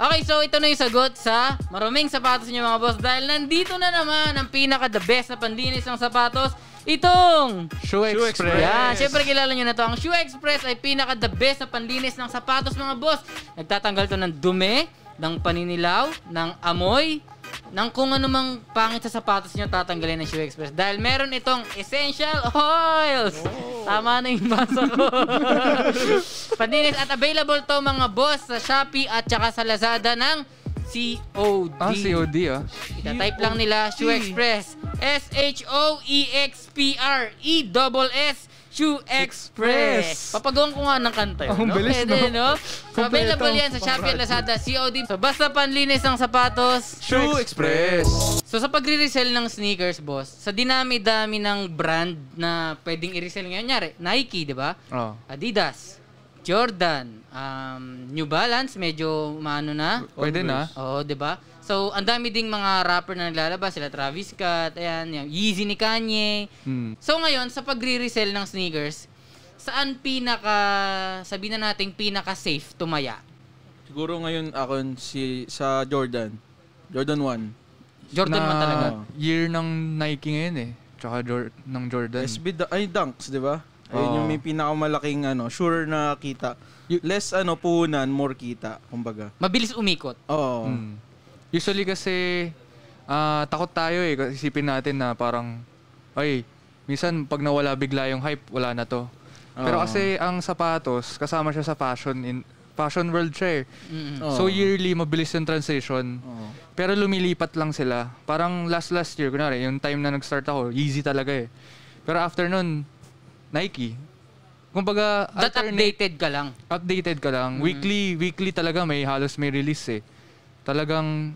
Speaker 1: Okay, so ito na yung sagot sa maruming sapatos niyo mga boss. Dahil nandito na naman ang pinaka the best na panlinis ng sapatos. Itong
Speaker 2: Shoe Express.
Speaker 3: Express.
Speaker 1: Yeah,
Speaker 3: Yes.
Speaker 1: syempre kilala nyo na to. Ang Shoe Express ay pinaka the best na panlinis ng sapatos mga boss. Nagtatanggal to ng dumi, ng paninilaw, ng amoy, ng kung anumang pangit sa sapatos nyo tatanggalin ng Shoe Express. Dahil meron itong essential oils. Tama na yung basa ko. panlinis at available to mga boss sa Shopee at saka sa Lazada ng COD.
Speaker 2: Ah, COD ah.
Speaker 1: Itatype lang nila
Speaker 2: Hmm.
Speaker 1: Shoe Express. E S-H-O-E-X-P-R-E-S-S E Shoe Express. Papagawin ko nga ng kanta yun.
Speaker 2: Oh, Ang
Speaker 1: no?
Speaker 2: bilis,
Speaker 1: Pwede, no?
Speaker 2: no?
Speaker 1: So, available yan sa Shopee at Lazada, COD. So, basta panlinis ng sapatos.
Speaker 3: Shoe Express.
Speaker 1: So, sa pagre-resell ng sneakers, boss, sa dinami-dami ng brand na pwedeng i-resell ngayon, nyari, Nike, di ba?
Speaker 2: Oh.
Speaker 1: Adidas, Jordan, um, New Balance, medyo maano na.
Speaker 2: Pwede na.
Speaker 1: Oo, 'di ba? So, ang dami ding mga rapper na naglalabas, sila Travis Scott, ayan, yung Yeezy ni Kanye.
Speaker 2: Hmm.
Speaker 1: So ngayon, sa pagre-resell ng sneakers, saan pinaka sabi na nating pinaka safe tumaya?
Speaker 3: Siguro ngayon ako si sa Jordan. Jordan
Speaker 1: Jordan
Speaker 2: na
Speaker 1: man talaga.
Speaker 2: Year ng Nike ngayon eh. Tsaka Jor- ng
Speaker 3: 1.
Speaker 2: Jordan.
Speaker 3: SB Dun- ay Dunks, 'di ba? Ayun
Speaker 2: Oo.
Speaker 3: yung may pinakamalaking ano, sure na kita.
Speaker 2: Y-
Speaker 3: Less ano puhunan, more kita, kumbaga.
Speaker 1: Mabilis umikot.
Speaker 3: Oo.
Speaker 2: Mm. Usually kasi ah, takot tayo eh. Kasi Isipin natin na parang, ay, minsan pag nawala bigla yung hype, wala na to. Pero
Speaker 3: Oo.
Speaker 2: kasi ang sapatos, kasama siya sa fashion in fashion world siya
Speaker 1: Mm.
Speaker 2: eh.
Speaker 3: Hmm. Oo.
Speaker 2: So yearly, mabilis yung transition.
Speaker 3: Oo.
Speaker 2: Pero lumilipat lang sila. Parang last last year, kunwari, yung time na nag-start ako, easy talaga eh. Pero after nun, Nike. Kumbaga,
Speaker 1: That
Speaker 2: alternate-
Speaker 1: updated ka lang.
Speaker 2: updated ka lang.
Speaker 1: Mm-hmm.
Speaker 2: Weekly, weekly talaga may halos may release eh. Talagang,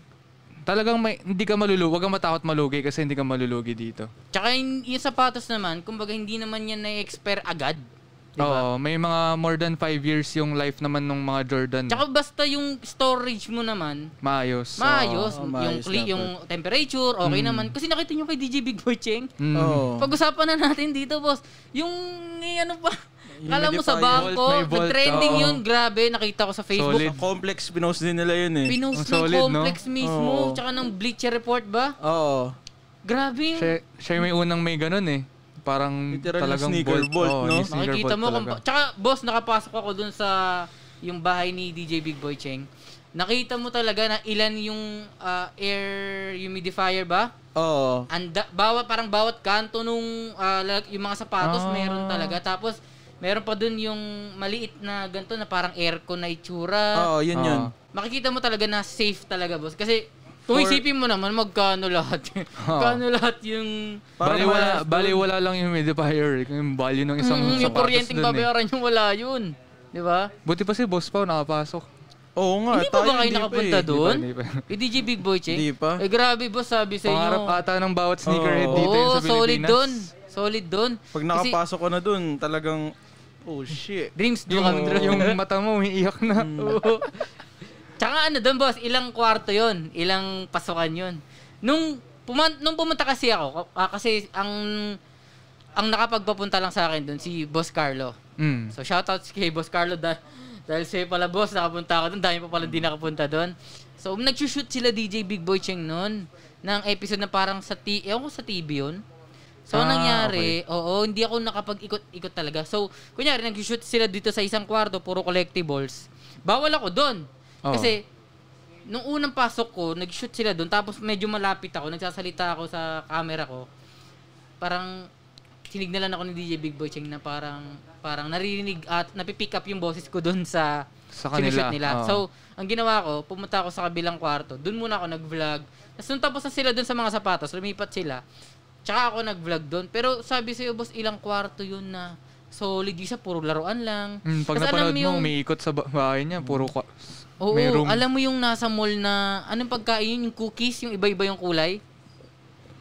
Speaker 2: talagang may, hindi ka malulugi. Huwag kang matakot malugi kasi hindi ka malulugi dito.
Speaker 1: Tsaka yung, yung sapatos naman, kumbaga hindi naman yan na-expire agad.
Speaker 2: Oo,
Speaker 1: Diba?
Speaker 2: may mga more than 5 years yung life naman ng mga Jordan.
Speaker 1: Tsaka basta yung storage mo naman,
Speaker 2: maayos.
Speaker 1: maayos.
Speaker 2: oh,
Speaker 3: Oo,
Speaker 1: yung,
Speaker 3: maayos
Speaker 1: cli-
Speaker 3: dapat.
Speaker 1: yung temperature, okay
Speaker 2: Hmm.
Speaker 1: naman. Kasi nakita nyo kay DJ Big Boy Cheng,
Speaker 2: Mm.
Speaker 3: Oo.
Speaker 1: Pag-usapan na natin dito, boss. Yung eh, ano pa,
Speaker 3: Yung
Speaker 1: kala mo sa
Speaker 3: Medipayo.
Speaker 1: bangko,
Speaker 2: Vault, may vault,
Speaker 1: trending
Speaker 2: oo.
Speaker 1: yun, grabe, nakita ko sa Facebook.
Speaker 2: Solid.
Speaker 3: Ang complex pinost din nila yun eh.
Speaker 1: Pinost
Speaker 2: Ang
Speaker 1: ng
Speaker 2: solid, no?
Speaker 1: complex mismo,
Speaker 3: Oo.
Speaker 1: tsaka ng Bleacher Report ba?
Speaker 3: Oo.
Speaker 1: Grabe.
Speaker 2: Siya, siya yung may unang may ganun eh. Parang
Speaker 3: Literal na
Speaker 2: talagang
Speaker 3: sneaker vault,
Speaker 2: Oo,
Speaker 3: no?
Speaker 2: yung sneaker
Speaker 1: Makikita
Speaker 2: vault
Speaker 1: mo kung...
Speaker 2: talaga.
Speaker 1: pa- Tsaka, boss, nakapasok ako dun sa yung bahay ni DJ Big Boy Cheng. Nakita mo talaga na ilan yung ah, air humidifier ba?
Speaker 3: Oo.
Speaker 1: anda, bawa, parang bawat kanto nung ah, lag- yung mga sapatos
Speaker 2: Ah.
Speaker 1: meron talaga. Tapos meron pa dun yung maliit na ganito na parang aircon na itsura.
Speaker 3: Oo, yun
Speaker 2: Oo.
Speaker 3: yun.
Speaker 1: Makikita mo talaga na safe talaga, boss. Kasi kung isipin mo naman, magkano lahat. magkano lahat yung...
Speaker 2: Bali
Speaker 3: Parang
Speaker 2: wala,
Speaker 3: malas
Speaker 2: bali wala lang yung humidifier. eh. Yung value ng isang
Speaker 1: Mm, yung
Speaker 2: sapatos
Speaker 1: kuryenteng
Speaker 2: dun eh.
Speaker 1: babayaran yung wala yun. Di ba?
Speaker 2: Buti pa si Boss Pao nakapasok.
Speaker 3: Oo nga.
Speaker 1: hindi pa
Speaker 3: tayo
Speaker 1: ba kayo
Speaker 3: hindi pa
Speaker 1: nakapunta
Speaker 3: eh.
Speaker 1: doon?
Speaker 2: Hindi pa, hindi
Speaker 1: Kay DJ Big Boy, Che?
Speaker 3: Hindi pa.
Speaker 1: Eh, grabe, boss, sabi sa inyo.
Speaker 2: Pangarap ata ng bawat sneakerhead
Speaker 3: Oo.
Speaker 2: dito yun
Speaker 1: Oo,
Speaker 2: sa Pilipinas.
Speaker 1: solid dun. Solid dun.
Speaker 3: Pag
Speaker 1: Kasi
Speaker 3: nakapasok ko na doon, talagang, oh shit.
Speaker 1: Dreams do
Speaker 2: Yung,
Speaker 1: kami, Drew.
Speaker 2: yung mata mo, umiiyak na.
Speaker 1: Oo. Tsaka ano doon, boss, ilang kwarto yon ilang pasukan yon Nung, puman- nung pumunta kasi ako, ah, kasi ang ang nakapagpapunta lang sa akin doon, si Boss Carlo.
Speaker 2: Mm.
Speaker 1: So, shoutouts kay Boss Carlo dahil, dahil sa'yo pala, boss, nakapunta ako doon. Dahil pa
Speaker 2: Mm.
Speaker 1: pala hindi nakapunta doon. So, um, nag-shoot sila DJ Big Boy Cheng noon ng episode na parang sa T... Ewan ko sa TV yun. So,
Speaker 2: Ah,
Speaker 1: ang nangyari, oo, hindi ako nakapag-ikot-ikot talaga. So, kunyari, nag-shoot sila dito sa isang kwarto, puro collectibles. Bawal ako doon.
Speaker 2: Oo.
Speaker 1: Kasi, nung unang pasok ko, nag-shoot sila doon. Tapos, medyo malapit ako. Nagsasalita ako sa camera ko parang sinignalan ako ni DJ Big Boy Cheng na parang parang naririnig at napipick up yung boses ko doon sa
Speaker 2: Sa kanila,
Speaker 1: sinushoot nila.
Speaker 2: oo.
Speaker 1: So, ang ginawa ko, pumunta ako sa kabilang kwarto. Doon muna ako nag-vlog. Tapos nung tapos na sila doon sa mga sapatos, lumipat sila. Tsaka ako nag-vlog doon. Pero sabi sa'yo, boss, ilang kwarto yun na solid. Yung Isa, puro laruan lang.
Speaker 2: Mm, pag
Speaker 1: Tas alam
Speaker 2: napanood mo,
Speaker 1: yung-
Speaker 2: umiikot sa ba- bahay niya, puro kwa-
Speaker 1: Oo,
Speaker 2: may room.
Speaker 1: alam mo yung nasa mall na, anong pagkain yun? Yung cookies, yung iba-iba yung kulay?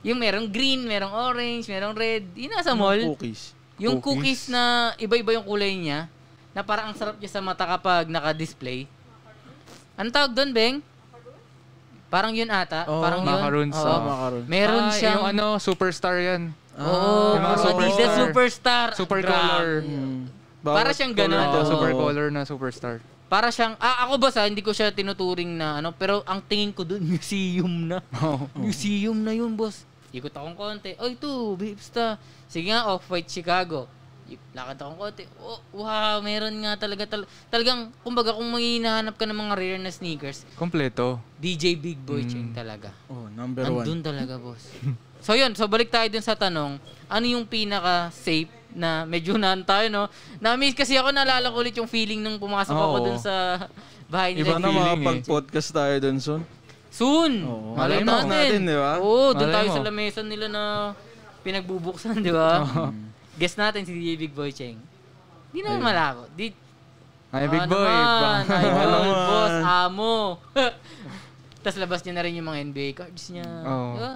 Speaker 1: Yung merong green, merong orange, merong red. Yung nasa mall.
Speaker 3: Cookies.
Speaker 1: Yung cookies,
Speaker 2: Cookies.
Speaker 1: na iba-iba yung kulay niya, na parang ang sarap niya sa mata kapag naka-display. Ano tawag doon, Beng? Parang yun ata.
Speaker 3: Oo,
Speaker 1: parang yun.
Speaker 2: macaroons,
Speaker 1: Oo.
Speaker 2: oo.
Speaker 3: Macaroons.
Speaker 1: Meron
Speaker 2: Ah,
Speaker 1: siyang...
Speaker 2: Yung ano, superstar yan.
Speaker 1: Oo,
Speaker 2: Yung mga
Speaker 1: puro Adidas
Speaker 2: superstar.
Speaker 1: Superstar.
Speaker 2: Super
Speaker 1: Grabe.
Speaker 2: color.
Speaker 1: Para siyang ganun.
Speaker 2: Ito,
Speaker 1: Hmm. Oo.
Speaker 2: super color na superstar.
Speaker 1: Para siyang, ah, ako boss ah, hindi ko siya tinuturing na ano, pero ang tingin ko doon, museum na.
Speaker 2: Oo.
Speaker 1: Museum na yun, boss. Ikot akong konti. Oh, ito, Bipsta. Sige nga, Off-White Chicago. Y- Lakad akong konti. Oh, wow, meron nga talaga. tal- talagang, kumbaga, kung may hinahanap ka ng mga rare na sneakers,
Speaker 2: Kompleto.
Speaker 1: DJ Big Boy Cheng talaga.
Speaker 3: Oh, number one.
Speaker 1: Andun talaga, boss. so, yun. So, balik tayo dun sa tanong. Ano yung pinaka-safe na medyo naan tayo, no? Na-miss kasi ako, naalala ko ulit yung feeling nung pumasok ako
Speaker 2: Oo.
Speaker 1: dun sa bahay nila.
Speaker 3: Iba na
Speaker 2: feeling eh.
Speaker 3: makapag-podcast tayo dun soon.
Speaker 1: Soon!
Speaker 3: Oo.
Speaker 1: Malay
Speaker 2: Malay mo.
Speaker 1: natin.
Speaker 3: Natin, di ba?
Speaker 1: Oo, dun
Speaker 2: Malay
Speaker 1: tayo
Speaker 2: mo.
Speaker 1: sa lamesan nila na pinagbubuksan, di ba? Guess natin si DJ Big Boy Cheng. Di naman malabo. Di,
Speaker 2: Ay,
Speaker 1: Ah,
Speaker 2: big boy. Ano
Speaker 1: Naman,
Speaker 2: Ba-
Speaker 1: idol,
Speaker 3: naman.
Speaker 1: boss, amo. Tapos labas niya na rin yung mga NBA cards niya.
Speaker 2: Oo.
Speaker 1: Di ba?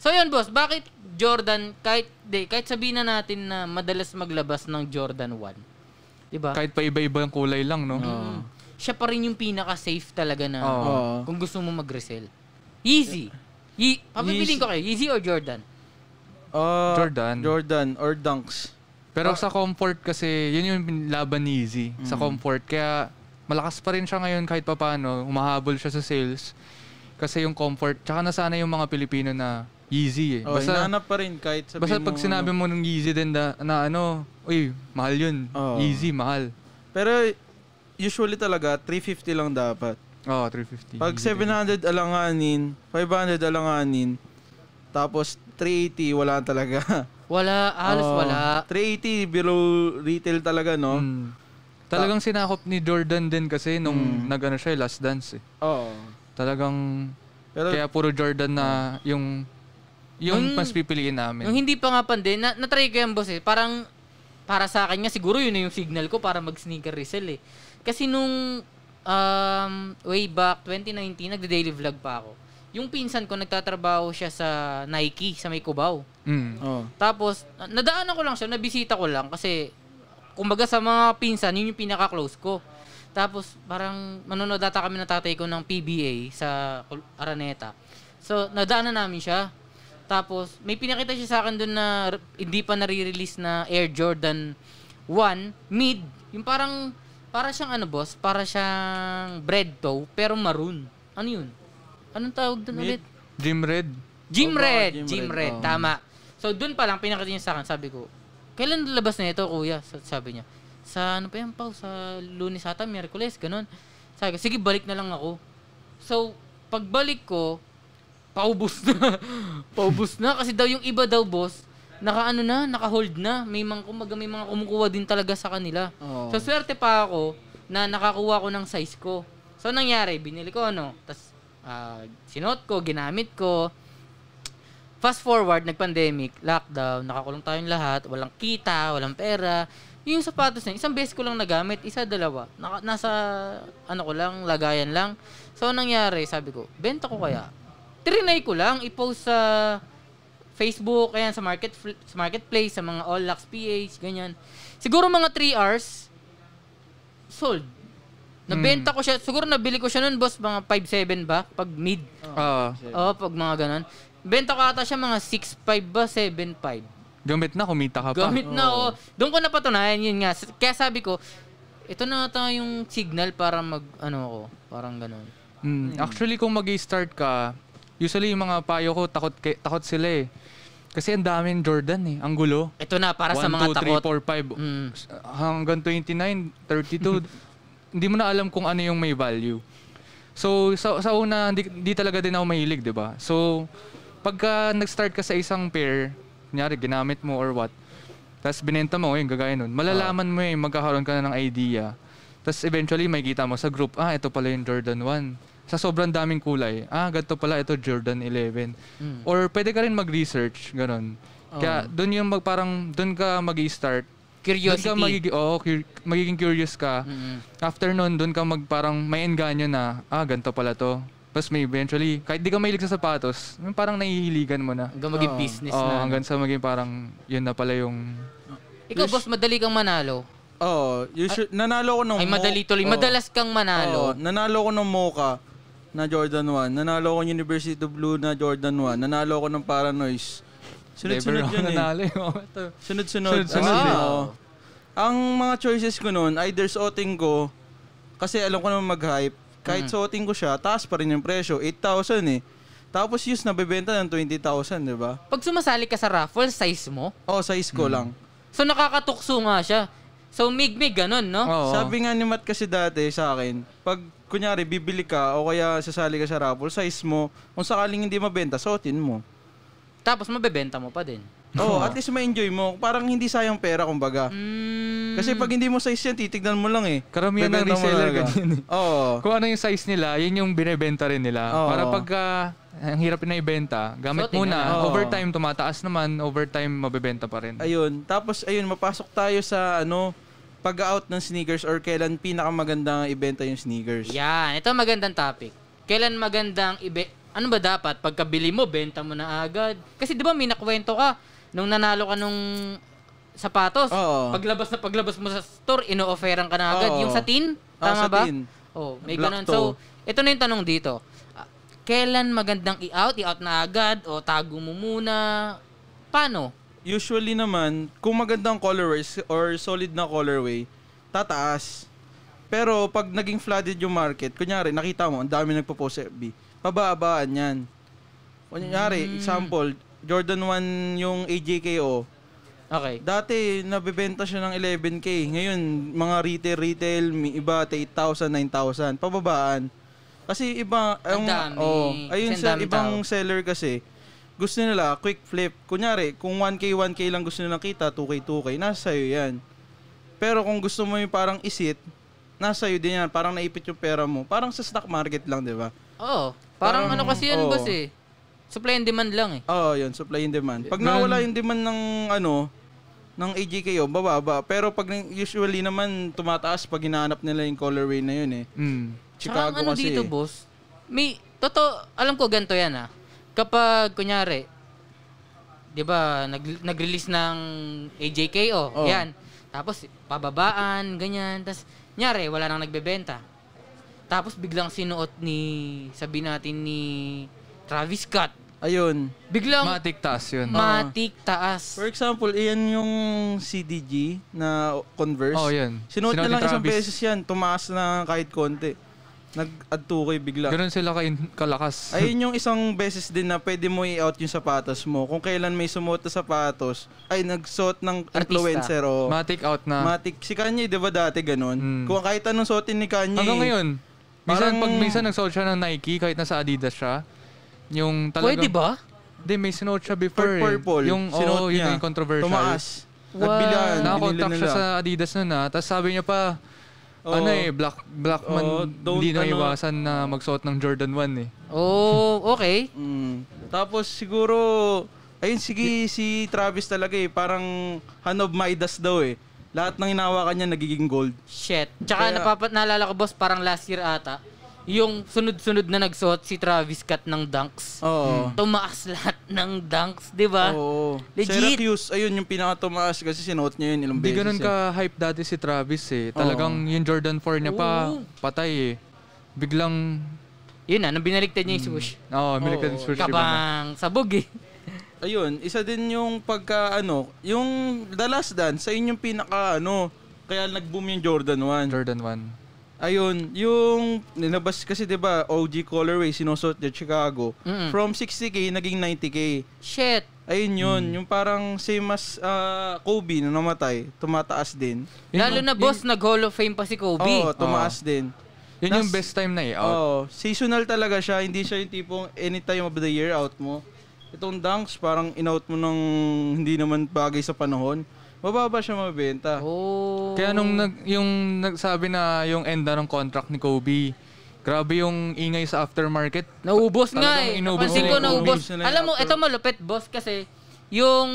Speaker 1: So yun, boss, bakit Jordan, kahit, di, kahit sabihin na natin na madalas maglabas ng Jordan 1, di ba?
Speaker 2: Kahit pa iba-iba ang kulay lang, no?
Speaker 1: Mm. siya pa rin yung pinaka-safe talaga na
Speaker 2: Oo.
Speaker 3: Oo.
Speaker 1: kung gusto mo mag-resell. Yeezy. Ye- Papipiling ko kayo, Yeezy or Jordan?
Speaker 3: Ah,
Speaker 2: Jordan.
Speaker 3: Jordan or Dunks. Ah.
Speaker 2: Pero sa comfort kasi, yun yung laban ni Easy. Sa
Speaker 3: Mm.
Speaker 2: comfort. Kaya malakas pa rin siya ngayon kahit papaano. Humahabol siya sa sales. Kasi yung comfort. Tsaka nasana yung mga Pilipino na Yeezy eh.
Speaker 3: Oh,
Speaker 2: basta,
Speaker 3: hinahanap pa rin kahit sabihin
Speaker 2: basta
Speaker 3: mo
Speaker 2: pag
Speaker 3: ano.
Speaker 2: sinabi mo ng Yeezy din na, na ano, uy, mahal yun.
Speaker 3: Oo.
Speaker 2: Yeezy, mahal.
Speaker 3: Pero usually talaga 350 lang dapat.
Speaker 2: Oo, 350.
Speaker 3: Pag 700 alanganin, 500 alanganin, tapos 380 wala talaga.
Speaker 1: Wala, halos
Speaker 2: Oh.
Speaker 3: Oo.
Speaker 1: wala.
Speaker 3: 380 below retail talaga, no?
Speaker 1: Hmm.
Speaker 2: Mm. Talagang sinakop ni Jordan din kasi nung
Speaker 3: Mm.
Speaker 2: nag-ano siya, last dance eh.
Speaker 3: Oo.
Speaker 2: Talagang,
Speaker 3: Pero Oh.
Speaker 2: kaya puro Jordan na yung, yung mas pipiliin namin.
Speaker 1: Nung hindi pa nga pande, na, na-try ko yan, boss eh. Parang, para sa akin nga, siguro yun na yung signal ko para mag-sneaker resell eh. Kasi nung um, way back 2019, nagda-daily vlog pa ako. Yung pinsan ko, nagtatrabaho siya sa Nike, sa may Cubao.
Speaker 2: Mm.
Speaker 3: oh.
Speaker 1: Tapos, na- nadaanan ko lang siya, nabisita ko lang kasi, kumbaga sa mga pinsan, yun yung pinaka-close ko. Tapos, parang manonood data kami ng tatay ko ng PBA sa Col- Araneta. So, nadaanan namin siya. Tapos, may pinakita siya sa akin doon na r- hindi pa nare-release na Air Jordan 1 mid. Yung parang, para siyang ano boss, para siyang bread toe, pero maroon. Ano yun? Anong tawag doon ulit?
Speaker 2: Jim Red.
Speaker 1: Gym
Speaker 3: Opo,
Speaker 1: Red.
Speaker 3: Gym
Speaker 1: Oh, Gym,
Speaker 3: Red,
Speaker 1: Red. Oh.
Speaker 3: oo.
Speaker 1: Tama. So, dun pa lang, pinakita niya sa akin. Sabi ko, kailan lalabas na ito, kuya? Sa- Sabi niya. Sa ano pa yan, Pao? Sa lunes ata, Miyerkules, ganun. Sabi ko, sige, balik na lang ako. So, pagbalik ko, paubos na. paubos na. Kasi daw yung iba daw, boss, naka ano na, naka hold na. May mga, kumaga, may mga kumukuha din talaga sa kanila.
Speaker 3: Oo.
Speaker 1: So, swerte pa ako na nakakuha ko ng size ko. So, nangyari, binili ko, ano, tas ah, sinuot ko, ginamit ko. Fast forward, nag-pandemic, lockdown, nakakulong tayong lahat, walang kita, walang pera. Yung sapatos na, yun, isang beses ko lang nagamit, isa, dalawa. Naka- nasa, ano ko lang, lagayan lang. So, anong nangyari, sabi ko, benta ko kaya. Trinay ko lang, i-post sa Facebook, ayan, sa, market, sa marketplace, sa mga All Lux PH, ganyan. Siguro mga 3 hours, sold. Nabenta ko siya, siguro nabili ko siya nun, boss, mga 5.7 ba? Pag mid.
Speaker 2: Ah,
Speaker 1: Oo, pag mga ganun. Benta ko ata siya mga 6.5 ba, 7.5.
Speaker 2: gamit na, kumita ka pa.
Speaker 1: Gamit na, oo. Doon ko napatunayan, yun nga. S- Kaya sabi ko, ito na ata yung signal para mag, ano ako, parang ganun.
Speaker 2: Mm.
Speaker 1: Hmm.
Speaker 2: Actually, kung mag start ka, usually yung mga payo ko, takot, kay- takot sila eh. Kasi ang daming Jordan eh. Ang gulo.
Speaker 1: Ito na, para sa
Speaker 2: 1,
Speaker 1: mga
Speaker 2: 2,
Speaker 1: takot.
Speaker 2: 3, 4, 5.
Speaker 1: Mm.
Speaker 2: Hanggang 29, 32. hindi mo na alam kung ano yung may value. So, sa, sa una, hindi, hindi talaga din ako mahilig, di ba? So, pagka nag-start ka sa isang pair, kunyari, ginamit mo or what, tapos binenta mo, yung gagaya nun, malalaman mo eh, magkakaroon ka na ng idea. Tapos eventually, may kita mo sa group, ah, ito pala yung Jordan 1. Sa sobrang daming kulay, ah, ganito pala, ito Jordan 11. Or pwede ka rin mag-research, ganun. Kaya doon yung mag, parang, doon ka mag-start, doon ka
Speaker 1: Curiosity.
Speaker 2: magiging, oo, cur- magiging curious ka.
Speaker 1: Mm.
Speaker 2: After nun, doon ka mag, parang may enganyo na, ah, ganito pala to. Tapos may eventually, kahit di ka mahilig sa sapatos, yung parang nahihiligan mo na.
Speaker 1: Hanggang maging business
Speaker 2: Oo,
Speaker 1: na.
Speaker 2: hanggang sa maging parang, yun na pala yung...
Speaker 1: Ikaw, boss, madali kang manalo.
Speaker 3: Oh, you should, nanalo ko ng
Speaker 1: Ah, Ay,
Speaker 3: Mo-
Speaker 1: madali tuloy.
Speaker 3: Oo.
Speaker 1: Madalas kang
Speaker 3: Oo,
Speaker 1: manalo.
Speaker 3: nanalo ko ng Mocha na Jordan 1. Nanalo ko ng University of Blue na Jordan 1. Nanalo ko ng Paranoise Sunod-sunod yun eh.
Speaker 2: nanalo yung mga to.
Speaker 3: Sunod-sunod.
Speaker 2: Sunod-sunod
Speaker 3: Ah.
Speaker 1: eh.
Speaker 3: Ang mga choices ko noon, either suotin ko, kasi alam ko naman mag-hype, kahit
Speaker 2: Mm.
Speaker 3: suotin ko siya, taas pa rin yung presyo, 8,000 eh. Tapos used na bebenta ng 20,000, di ba?
Speaker 1: Pag sumasali ka sa raffle, size mo.
Speaker 3: Oh, size
Speaker 2: Mm.
Speaker 3: ko lang.
Speaker 1: So nakakatukso nga siya. So migmig ganun, no?
Speaker 2: Oo.
Speaker 3: Sabi nga ni Matt kasi dati sa akin, pag kunyari bibili ka o kaya sasali ka sa raffle, size mo, kung sakaling hindi mabenta, suotin mo.
Speaker 1: Tapos mabebenta mo pa din.
Speaker 3: Oh, at least ma-enjoy mo. Parang hindi sayang pera, kumbaga.
Speaker 1: Mm,
Speaker 3: Kasi pag hindi mo size yan, titignan mo lang eh.
Speaker 2: Karamihan ng
Speaker 3: Bebenta mo
Speaker 2: reseller
Speaker 3: talaga.
Speaker 2: ganyan eh.
Speaker 3: Oo.
Speaker 2: Kung ano yung size nila, yun yung binebenta rin nila.
Speaker 3: Oo.
Speaker 2: Para pagka eh, ang hirap na ibenta, gamit
Speaker 1: Suotin na
Speaker 2: muna.
Speaker 3: lang. Oo.
Speaker 2: Overtime tumataas naman, overtime mabebenta pa rin.
Speaker 3: Ayun. Tapos, ayun, mapasok tayo sa, ano, pag-out ng sneakers or kailan pinakamagandang ibenta yung sneakers.
Speaker 1: yan, ito magandang topic. Kailan magandang ibe ano ba dapat pagkabili mo, benta mo na agad? Kasi 'di ba may nakwento ka nung nanalo ka nung sapatos,
Speaker 3: Oo.
Speaker 1: paglabas na paglabas mo sa store, ino-offeran ka na agad
Speaker 3: Oo.
Speaker 1: yung sa tin,
Speaker 3: Oo,
Speaker 1: tama
Speaker 3: sa
Speaker 1: ba?
Speaker 3: tin.
Speaker 1: Oh, may ganun.
Speaker 3: Black to.
Speaker 1: So, ito na yung tanong dito. Ah, Kailan magandang i-out? I-out na agad o tago mo muna? Paano?
Speaker 3: Usually naman, kung magandang colorways or solid na colorway, tataas. Pero pag naging flooded yung market, kunyari, nakita mo, ang dami nagpo-post sa FB, pababaan yan. Kunyari, example, Jordan 1 yung AJKO,
Speaker 1: Okay.
Speaker 3: Dati, nabebenta siya ng 11K. Ngayon, mga retail-retail, may iba, 8,000, 9,000. Pababaan. Kasi iba,
Speaker 1: Ang dami.
Speaker 3: ang- oh, ayun
Speaker 1: Kasi ang
Speaker 3: sa
Speaker 1: dami
Speaker 3: ibang
Speaker 1: tao.
Speaker 3: seller kasi, gusto nila quick flip. Kunyari, kung 1K, 1K lang gusto nilang kita, 2K, 2K, nasa sa'yo yan. Pero kung gusto mo yung parang isit, nasa sa'yo din yan. Parang naipit yung pera mo. Parang sa stock market lang, di ba?
Speaker 1: Oo. Parang,
Speaker 3: Parang,
Speaker 1: ano kasi yun,
Speaker 3: oo.
Speaker 1: boss eh. Supply and demand lang eh.
Speaker 3: Oo, yun, supply and demand. Pag
Speaker 2: Ganun.
Speaker 3: nawala yung demand ng ano, ng AGKO, bababa. Pero pag nin- usually naman tumataas pag hinahanap nila yung colorway na yun eh.
Speaker 2: Mm.
Speaker 1: Tsaka
Speaker 3: Chicago
Speaker 1: ang ano
Speaker 3: kasi.
Speaker 1: dito,
Speaker 3: eh.
Speaker 1: boss, may, totoo, alam ko ganito yan ah. Kapag, kunyari, di ba, nag, nag-release ng AJKO,
Speaker 3: Oo.
Speaker 1: yan. Tapos, pababaan, ganyan. Tapos, kunyari, wala nang nagbebenta. Tapos, biglang sinuot ni, sabi natin ni Travis Scott.
Speaker 3: Ayun.
Speaker 1: Biglang,
Speaker 2: Matik taas yun.
Speaker 1: matik taas.
Speaker 3: For example, iyan yung CDG na Converse.
Speaker 1: Oh,
Speaker 2: Oo, yun. Sinuot
Speaker 3: Sinuot na
Speaker 2: ni
Speaker 3: lang isang
Speaker 2: Travis.
Speaker 3: beses yan, tumaas na kahit konti. Nag-add 2K bigla.
Speaker 2: Ganun sila kay kalakas.
Speaker 3: Ayun yung isang beses din na pwede mo i-out yung sapatos mo. Kung kailan may sumuot na sapatos, ay nagsuot ng
Speaker 1: Artista.
Speaker 3: influencer o...
Speaker 2: Matik out na.
Speaker 3: Matik. Si Kanye, di ba dati ganun?
Speaker 2: Mm.
Speaker 3: Kung kahit anong suotin ni Kanye.
Speaker 2: Hanggang ngayon. Minsan,
Speaker 3: Parang-
Speaker 2: pag minsan nagsuot siya ng Nike, kahit nasa Adidas siya, yung talagang...
Speaker 1: Pwede ba?
Speaker 2: Hindi, may sinuot siya
Speaker 3: Purple,
Speaker 2: before eh.
Speaker 3: purple.
Speaker 2: Yung,
Speaker 3: sinuot
Speaker 2: oo, yun yung controversial.
Speaker 3: Tumaas.
Speaker 1: Wow.
Speaker 3: Nagbilan.
Speaker 2: Nakakontract
Speaker 3: binili
Speaker 2: siya
Speaker 3: nila.
Speaker 2: sa Adidas nun ah. Tapos sabi niya pa,
Speaker 3: Oo.
Speaker 2: ano eh, black, black man,
Speaker 3: Oo, don't
Speaker 2: hindi na
Speaker 3: ano.
Speaker 2: iwasan na magsuot ng Jordan 1 eh.
Speaker 1: Oh, okay.
Speaker 3: Mm. Tapos siguro, ayun sige, si Travis talaga eh. Parang hand of Midas daw eh. Lahat ng hinawakan niya nagiging gold.
Speaker 1: Shit. Tsaka
Speaker 3: Kaya-
Speaker 1: napapa- naalala ko boss, parang last year ata, yung sunod-sunod na nagsuot si Travis Scott ng dunks.
Speaker 2: Hmm.
Speaker 3: Oo.
Speaker 1: Tumaas lahat ng dunks, di ba?
Speaker 3: Oo.
Speaker 1: Ah, Legit.
Speaker 3: Syracuse, ayun yung pinaka-tumaas kasi sinuot niya yun ilang
Speaker 2: Hindi
Speaker 3: beses.
Speaker 2: ganun
Speaker 3: eh.
Speaker 2: ka-hype dati si Travis eh. Talagang yung Jordan 4 niya pa,
Speaker 1: Oo.
Speaker 2: patay eh. Biglang,
Speaker 1: Yun na, nung binaligtad niya yung swoosh.
Speaker 2: oh, American
Speaker 3: Oo.
Speaker 2: Switch iba na.
Speaker 1: Kabang sabog eh.
Speaker 3: Ayun, isa din yung pagka ano, yung The Last Dance, sa inyong pinaka ano, kaya nag-boom yung Jordan 1.
Speaker 2: Jordan 1.
Speaker 3: Ayun, yung nilabas kasi 'di ba, OG colorway sinusuot niya Chicago.
Speaker 1: Mm-mm.
Speaker 3: From 60k naging 90k.
Speaker 1: Shit.
Speaker 3: Ayun yun, yung parang same as ah, Kobe na namatay, tumataas din.
Speaker 2: Yun
Speaker 1: Lalo
Speaker 2: yung-
Speaker 1: na boss, nag-Hall of Fame pa si Kobe.
Speaker 3: Oo, tumaas din.
Speaker 2: Yun yung
Speaker 3: Nas-
Speaker 2: best time na eh. Out.
Speaker 3: Oo, seasonal talaga siya, hindi siya yung tipong anytime of the year out mo. Itong dunks parang in-out mo ng hindi naman bagay sa panahon. Mababa siya mabenta.
Speaker 1: Oh.
Speaker 2: Kaya nung nag, yung nagsabi na yung end na ng contract ni Kobe, grabe yung ingay sa aftermarket.
Speaker 1: Naubos
Speaker 2: Talagang
Speaker 1: nga eh.
Speaker 2: inubos
Speaker 1: Napansin
Speaker 2: nila
Speaker 1: ko
Speaker 2: yung
Speaker 1: naubos.
Speaker 3: Kobe.
Speaker 1: Alam mo, ito malupit, boss, kasi yung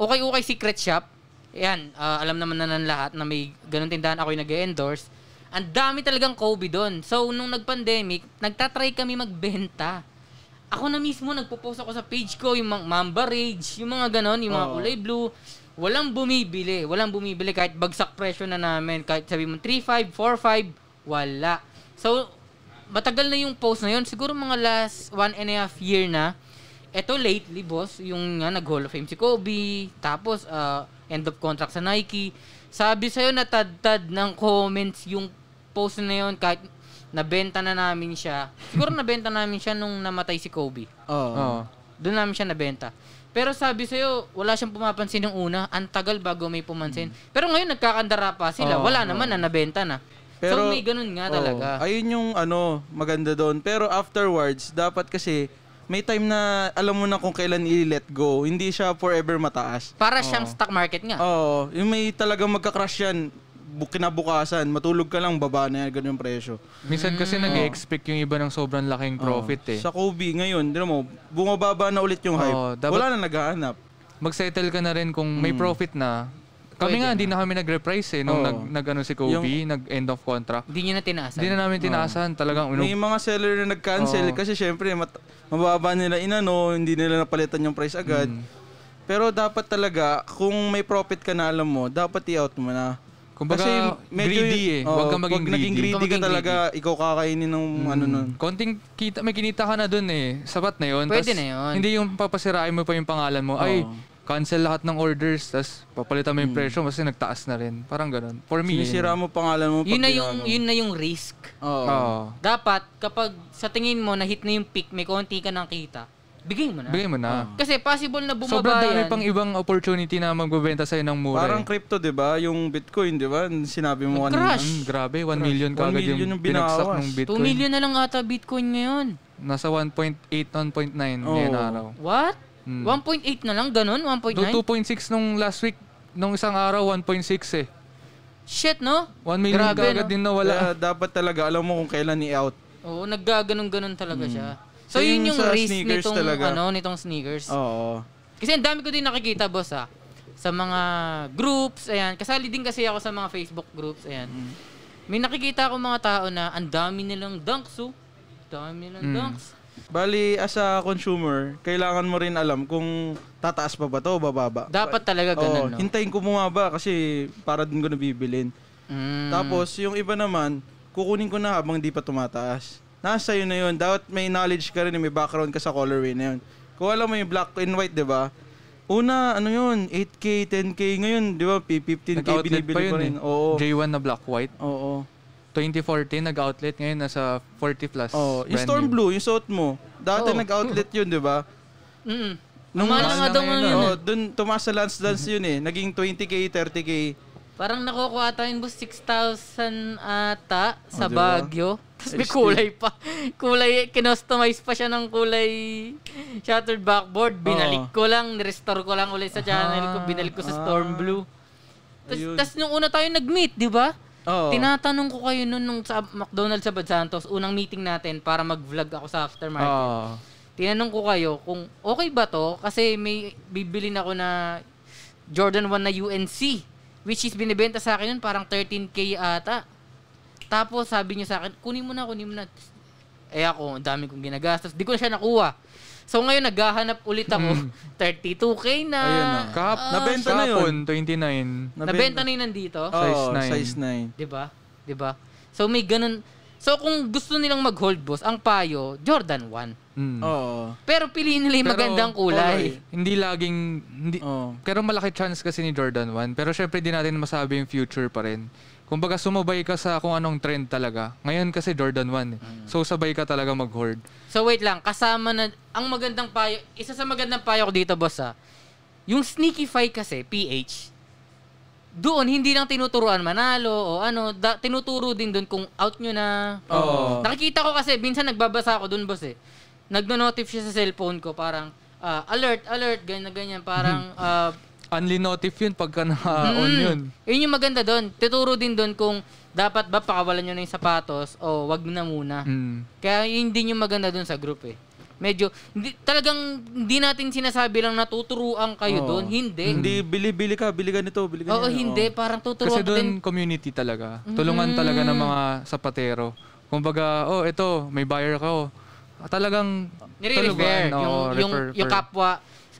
Speaker 1: okay-okay secret shop, yan, ah, alam naman na ng lahat na may ganun tindahan ako yung nag-endorse. Ang dami talagang Kobe doon. So, nung nag-pandemic, nagtatry kami magbenta. Ako na mismo, nagpo-post ako sa page ko, yung mga Mamba Rage, yung mga ganon, yung mga
Speaker 3: Oo.
Speaker 1: kulay blue. Walang bumibili. Walang bumibili kahit bagsak presyo na namin. Kahit sabi mo 3.5, 4.5, wala. So, matagal na yung post na yun. Siguro mga last one and a half year na. eto lately, boss, yung nga nag-Hall of Fame si Kobe, tapos ah, end of contract sa Nike. Sabi sa'yo, natadtad ng comments yung post na yun kahit nabenta na namin siya. Siguro nabenta namin siya nung namatay si Kobe.
Speaker 3: Oo.
Speaker 2: Oo.
Speaker 1: Doon namin siya nabenta. Pero sabi sa'yo, wala siyang pumapansin yung una. Ang tagal bago may pumansin. Pero ngayon, nagkakandara pa sila.
Speaker 2: Hmm. Oo,
Speaker 1: wala naman na nabenta na. so,
Speaker 3: Pero-
Speaker 1: may ganun nga talaga.
Speaker 3: Oo. Ayun yung ano, maganda doon. Pero afterwards, dapat kasi may time na alam mo na kung kailan i-let go. Hindi siya forever mataas.
Speaker 1: Para siyang stock market
Speaker 2: Ah.
Speaker 1: nga.
Speaker 3: Oo. Yung may talagang magka-crash yan bu- kinabukasan, matulog ka lang, baba na yan, ganun yung presyo.
Speaker 2: Minsan kasi nag-expect yung iba ng sobrang laking profit eh.
Speaker 3: Sa Kobe, ngayon, di mo, bumababa na ulit yung hype.
Speaker 2: Oo, dapat-
Speaker 3: Wala na naghahanap.
Speaker 2: Magsettle ka na rin kung may profit na. Kami nga, hindi na kami nag-reprise eh. Nung
Speaker 3: Oo.
Speaker 2: nag, nag ano si Kobe, nag-end of contract.
Speaker 1: Hindi nyo na tinaasan.
Speaker 2: Hindi na namin tinaasan. Talagang inu-
Speaker 3: May mga seller na nag-cancel
Speaker 2: Ano? Oo.
Speaker 3: kasi syempre, mat- mababa nila inano, hindi nila napalitan yung price agad.
Speaker 2: Mm.
Speaker 3: Pero dapat talaga, kung may profit ka na alam mo, dapat i-out mo na.
Speaker 2: Kumbaga, greedy eh. Huwag kang maging
Speaker 3: pag Oh, naging
Speaker 2: greedy.
Speaker 3: greedy ka
Speaker 1: Huwag kang
Speaker 3: talaga, ikaw kakainin ng ano nun.
Speaker 2: konting kita, may kinita ka na dun eh. Sapat na yun.
Speaker 1: Pwede
Speaker 2: Tas
Speaker 1: na yun.
Speaker 2: Hindi yung papasirain mo pa yung pangalan mo. Ay, cancel lahat ng orders. Tapos papalitan
Speaker 1: Hmm.
Speaker 2: mo yung presyo kasi nagtaas na rin. Parang ganun. For me.
Speaker 3: Sinisira mo pangalan mo. Ah,
Speaker 1: Yun
Speaker 3: pag
Speaker 1: na
Speaker 3: ginagawa
Speaker 1: yung,
Speaker 3: mo.
Speaker 1: yun na yung risk.
Speaker 3: Oo.
Speaker 2: Oo.
Speaker 1: Dapat, kapag sa tingin mo na hit na yung peak, may konti ka ng kita, bigay mo na.
Speaker 2: Bigay mo na.
Speaker 1: Kasi possible na Ah. bumaba
Speaker 2: Sobrang dami
Speaker 1: yan.
Speaker 2: pang ibang opportunity na magbebenta sa'yo ng mura
Speaker 3: Parang
Speaker 2: eh.
Speaker 3: crypto, di ba? Yung Bitcoin, di ba? Sinabi mo kanina.
Speaker 1: Crash!
Speaker 2: Mm, grabe, 1 million
Speaker 3: One
Speaker 2: kagad
Speaker 3: million
Speaker 2: yung,
Speaker 3: yung
Speaker 2: binagsak
Speaker 3: binawas.
Speaker 2: ng
Speaker 1: 2
Speaker 2: Bitcoin.
Speaker 1: million na lang ata Bitcoin ngayon.
Speaker 2: Nasa 1.8, 1.9 ngayon
Speaker 3: Oo.
Speaker 2: araw.
Speaker 1: What?
Speaker 2: Hmm.
Speaker 1: 1.8 na lang? Ganun?
Speaker 2: Do
Speaker 1: 1.9?
Speaker 2: 2.6 nung last week, nung isang araw, 1.6 eh.
Speaker 1: Shit, no?
Speaker 2: 1 million
Speaker 1: Grabe,
Speaker 2: kagad
Speaker 1: no?
Speaker 2: din
Speaker 3: Wala.
Speaker 2: nawala.
Speaker 3: dapat talaga alam mo kung kailan i-out.
Speaker 1: Oo, naggaganong-ganon talaga siya. So,
Speaker 3: Hmm. So,
Speaker 1: yun
Speaker 3: yun
Speaker 1: yung
Speaker 3: sa
Speaker 1: risk
Speaker 3: sneakers
Speaker 1: nitong,
Speaker 3: talaga.
Speaker 1: ano, nitong sneakers.
Speaker 3: Oo.
Speaker 1: Kasi ang dami ko din nakikita, boss, ah. Sa mga groups, ayan. Kasali din kasi ako sa mga Facebook groups, ayan.
Speaker 3: Hmm.
Speaker 1: May nakikita akong mga tao na ang dami nilang dunks, oh. Dami nilang
Speaker 3: Hmm.
Speaker 1: dunks.
Speaker 3: Bali, as a consumer, kailangan mo rin alam kung tataas pa ba to o bababa.
Speaker 1: Dapat talaga ganun,
Speaker 3: Oo,
Speaker 1: no?
Speaker 3: hintayin ko bumaba kasi para din ko na bibilin.
Speaker 1: Mm.
Speaker 3: Tapos, yung iba naman, kukunin ko na habang di pa tumataas. Nasa yun na yun. Dapat may knowledge ka rin, may background ka sa colorway na yun. Kung alam mo yung black and white, di ba? Una, ano yun, 8K, 10K. Ngayon, di ba, P- 15K
Speaker 2: Nag-outlet
Speaker 3: binibili
Speaker 2: pa
Speaker 3: ko
Speaker 2: yun
Speaker 3: rin.
Speaker 2: eh.
Speaker 3: Oo.
Speaker 2: J1 na black-white.
Speaker 3: Oo.
Speaker 2: 2014, nag-outlet ngayon, nasa 40 plus.
Speaker 3: Oo. Oh,
Speaker 2: Oh,
Speaker 3: Yung
Speaker 2: Brand
Speaker 3: Storm
Speaker 2: new.
Speaker 3: Blue, yung suot mo.
Speaker 1: Oo.
Speaker 3: Dati nag-outlet yun, di ba?
Speaker 1: Mm. Mahal na
Speaker 3: Nung
Speaker 2: mahal
Speaker 1: nga
Speaker 2: na
Speaker 1: daw
Speaker 2: ngayon,
Speaker 1: ngayon,
Speaker 2: ah.
Speaker 1: eh.
Speaker 3: Oo, dun tumasa Lance Dance yun eh. Naging 20K, 30K.
Speaker 1: Parang nakukuha ata yun, boss, 6,000 ata sa
Speaker 3: Oh, diba?
Speaker 1: Baguio. Tapos may
Speaker 3: HD.
Speaker 1: kulay pa. Kulay, kinostomize pa siya ng kulay shattered backboard.
Speaker 3: Oh.
Speaker 1: Binalik ko lang, nirestore ko lang ulit sa channel ko. Binalik ko sa Storm Blue. Tapos,
Speaker 3: Ah. Ayun.
Speaker 1: tas nung una tayo nag-meet, di ba?
Speaker 3: Oo.
Speaker 1: Tinatanong ko kayo nun nung sa McDonald's sa Bad Santos, unang meeting natin para mag-vlog ako sa aftermarket.
Speaker 2: Oo.
Speaker 1: Tinanong ko kayo kung okay ba to kasi may bibili na ako na Jordan 1 na UNC which is binibenta sa akin nun parang 13k ata. Tapos sabi niya sa akin, kunin mo na, kunin mo na. Eh ako, ang dami kong ginagastos. Di ko na siya nakuha. So ngayon, naghahanap ulit ako. 32k na.
Speaker 3: Ayun na.
Speaker 2: Kap,
Speaker 3: Nabenta na yun.
Speaker 2: Kapon, 29.
Speaker 1: Nabenta na yun nandito.
Speaker 3: Oo,
Speaker 2: Size nine.
Speaker 3: size 9.
Speaker 1: 'di ba? 'Di ba? So may ganun. So kung gusto nilang mag-hold boss, ang payo Jordan 1.
Speaker 2: Mm.
Speaker 3: Oo.
Speaker 1: Pero piliin nila yung
Speaker 2: Pero, eh.
Speaker 1: magandang kulay.
Speaker 2: Hindi laging... Hindi,
Speaker 3: Oo.
Speaker 2: Pero malaki chance kasi ni Jordan 1. Pero syempre di natin masabi yung future pa rin. Kumbaga sumabay ka sa kung anong trend talaga. Ngayon kasi Jordan 1. eh.
Speaker 3: Mm.
Speaker 2: So sabay ka talaga mag-hoard.
Speaker 1: So wait lang, kasama na ang magandang payo, isa sa magandang payo ko dito boss ha. Yung sneakify kasi PH doon hindi lang tinuturuan manalo o ano, da- tinuturo din doon kung out nyo na.
Speaker 3: Oo.
Speaker 1: Nakikita ko kasi minsan nagbabasa ako doon boss eh. Nagno-notif siya sa cellphone ko parang ah, alert, alert, ganyan ganyan parang ah,
Speaker 2: Only notif yun pagka na-on
Speaker 1: Mm.
Speaker 2: yun.
Speaker 1: Yun yung maganda doon. Tuturo din doon kung dapat ba pakawalan nyo na yung sapatos o wag na muna.
Speaker 2: Mm.
Speaker 1: Kaya yun din yung maganda doon sa group eh. Medyo, hindi, talagang hindi natin sinasabi lang natuturuan kayo
Speaker 3: Oo.
Speaker 1: doon. Hindi.
Speaker 3: Hindi, bili-bili ka, bili ganito, bili ganyan.
Speaker 1: Oo, hindi. Parang
Speaker 2: Kasi
Speaker 1: tuturuan ko din. Mm.
Speaker 2: doon community talaga. Tulungan talaga ng mga sapatero. Kumbaga, oh, ito, may buyer ka. Oh. Ah, Talagang
Speaker 1: Nire-refer.
Speaker 2: tulungan,
Speaker 1: yung,
Speaker 2: oh,
Speaker 1: yung,
Speaker 2: refer,
Speaker 1: yung
Speaker 2: refer.
Speaker 1: kapwa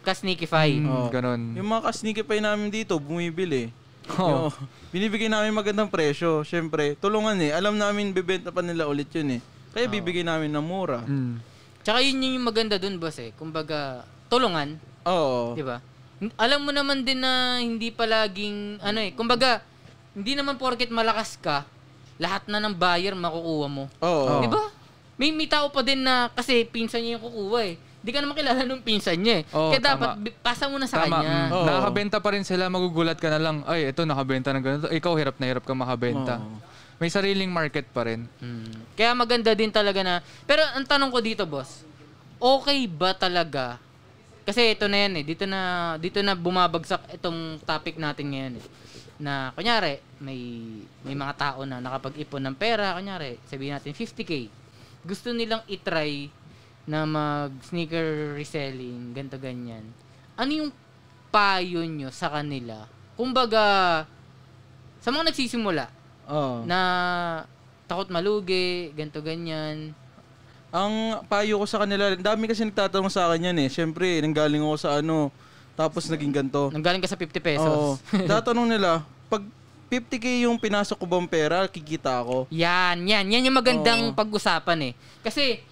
Speaker 1: ka sneakify.
Speaker 2: Mm, Oh.
Speaker 3: Oo.
Speaker 2: ganun.
Speaker 3: Yung mga kasniki pa yun namin dito, bumibili.
Speaker 2: Oo.
Speaker 3: Yung- binibigay namin magandang presyo. Siyempre, tulungan eh. Alam namin, bibenta pa nila ulit yun eh. Kaya bibigay namin na mura.
Speaker 2: Oh. Mm.
Speaker 1: Tsaka yun yung maganda dun, boss eh. Kumbaga, tulungan,
Speaker 3: Oo.
Speaker 1: di ba? N- Alam mo naman din na hindi palaging, ano eh, kumbaga, hindi naman porket malakas ka, lahat na ng buyer makukuha mo.
Speaker 3: Oo.
Speaker 2: Oo.
Speaker 1: Di ba? May, may tao pa din na kasi pinsan niya yung kukuha eh. Di ka naman kilala nung pinsan niya eh.
Speaker 2: Oo,
Speaker 1: Kaya dapat
Speaker 2: tama.
Speaker 1: bi- pasa mo na sa
Speaker 2: Tama.
Speaker 1: kanya.
Speaker 2: mm.
Speaker 3: Oo.
Speaker 2: Nakakabenta pa rin sila, magugulat ka na lang, ay, ito nakabenta ng ganito. Ikaw, hirap na hirap ka makabenta.
Speaker 3: Oo.
Speaker 2: May sariling market pa rin.
Speaker 1: Mm. Kaya maganda din talaga na... Pero ang tanong ko dito, boss, okay ba talaga? Kasi ito na yan eh, dito na, dito na bumabagsak itong topic natin ngayon eh. Na kunyari, may, may mga tao na nakapag-ipon ng pera, kunyari, sabihin natin 50k. Gusto nilang itry na mag-sneaker reselling, ganto ganyan. Ano yung payo nyo sa kanila? Kumbaga, sa mga nagsisimula,
Speaker 3: Oo.
Speaker 1: na takot malugi, ganto ganyan.
Speaker 3: Ang payo ko sa kanila, ang dami kasi nagtatanong sa akin yan eh. Siyempre, nanggaling ako sa ano, tapos naging ganito.
Speaker 1: Nanggaling ka sa 50 pesos.
Speaker 3: Oo. Tatanong nila, pag 50k yung pinasok ko bang pera, kikita ako.
Speaker 1: Yan, yan. Yan yung magandang
Speaker 3: Oo.
Speaker 1: pag-usapan eh. Kasi,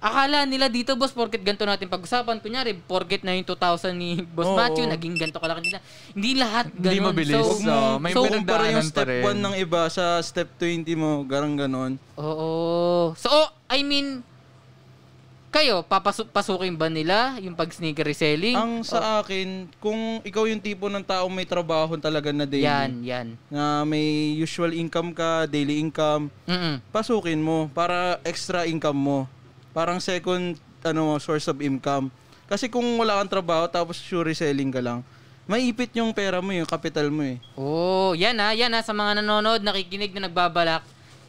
Speaker 1: akala nila dito, boss, porket ganito natin pag-usapan. Kunyari, porket na yung 2,000 ni Boss
Speaker 3: Oo.
Speaker 1: Matthew, naging ganito kalaki nila. Hindi lahat ganun.
Speaker 2: Hindi mabilis.
Speaker 1: So,
Speaker 3: Huwag
Speaker 2: So,
Speaker 3: mo
Speaker 2: may
Speaker 3: may so, kumpara yung
Speaker 2: pinagdaanan pa
Speaker 3: step
Speaker 2: rin.
Speaker 3: 1 ng iba sa step 20 mo, garang ganon.
Speaker 1: oo. So, oh, I mean, kayo, papasok pasukin ba nila yung pag-sneaker reselling?
Speaker 3: Ang sa akin, kung ikaw yung tipo ng tao may trabaho talaga na daily,
Speaker 1: yan, yan.
Speaker 3: na may usual income ka, daily income,
Speaker 1: Mm-mm.
Speaker 3: pasukin mo para extra income mo. Parang second ano source of income. Kasi kung wala kang trabaho tapos sure reselling ka lang, maipit yung pera mo, yung capital mo eh.
Speaker 1: Oh, yan ha, yan ha, sa mga nanonood, nakikinig na nagbabalak,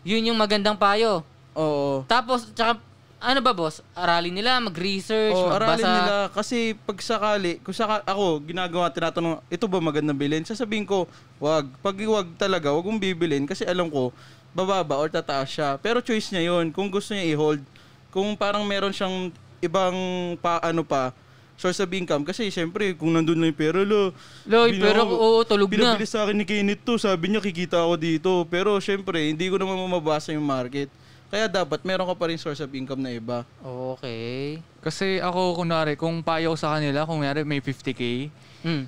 Speaker 1: yun yung magandang payo.
Speaker 3: Oo.
Speaker 1: Tapos, tsaka, ano ba boss, aralin nila, mag-research,
Speaker 2: Oh,
Speaker 3: Oo,
Speaker 1: magbasa.
Speaker 3: aralin nila kasi pag sakali, kung saka, ako, ginagawa, tinatanong, ito ba magandang bilhin? Sasabihin ko, wag. Pag wag talaga, wag mong bibilin kasi alam ko, bababa or tataas siya. Pero choice niya yun kung gusto niya i-hold. Kung parang meron siyang ibang pa, ano pa, source of income. Kasi syempre, kung nandun lang yung pera, lo,
Speaker 1: Loy,
Speaker 3: binaw-
Speaker 1: pero oo, tulog na.
Speaker 3: Pinabili sa akin ni Kenneth to, sabi niya kikita ako dito. Pero syempre, hindi ko naman mamabasa yung market. Kaya dapat meron ka pa rin source of income na iba.
Speaker 1: Okay.
Speaker 2: Kasi ako, kunwari, kung payo ko sa kanila, kung kunwari may 50k,
Speaker 1: Mm.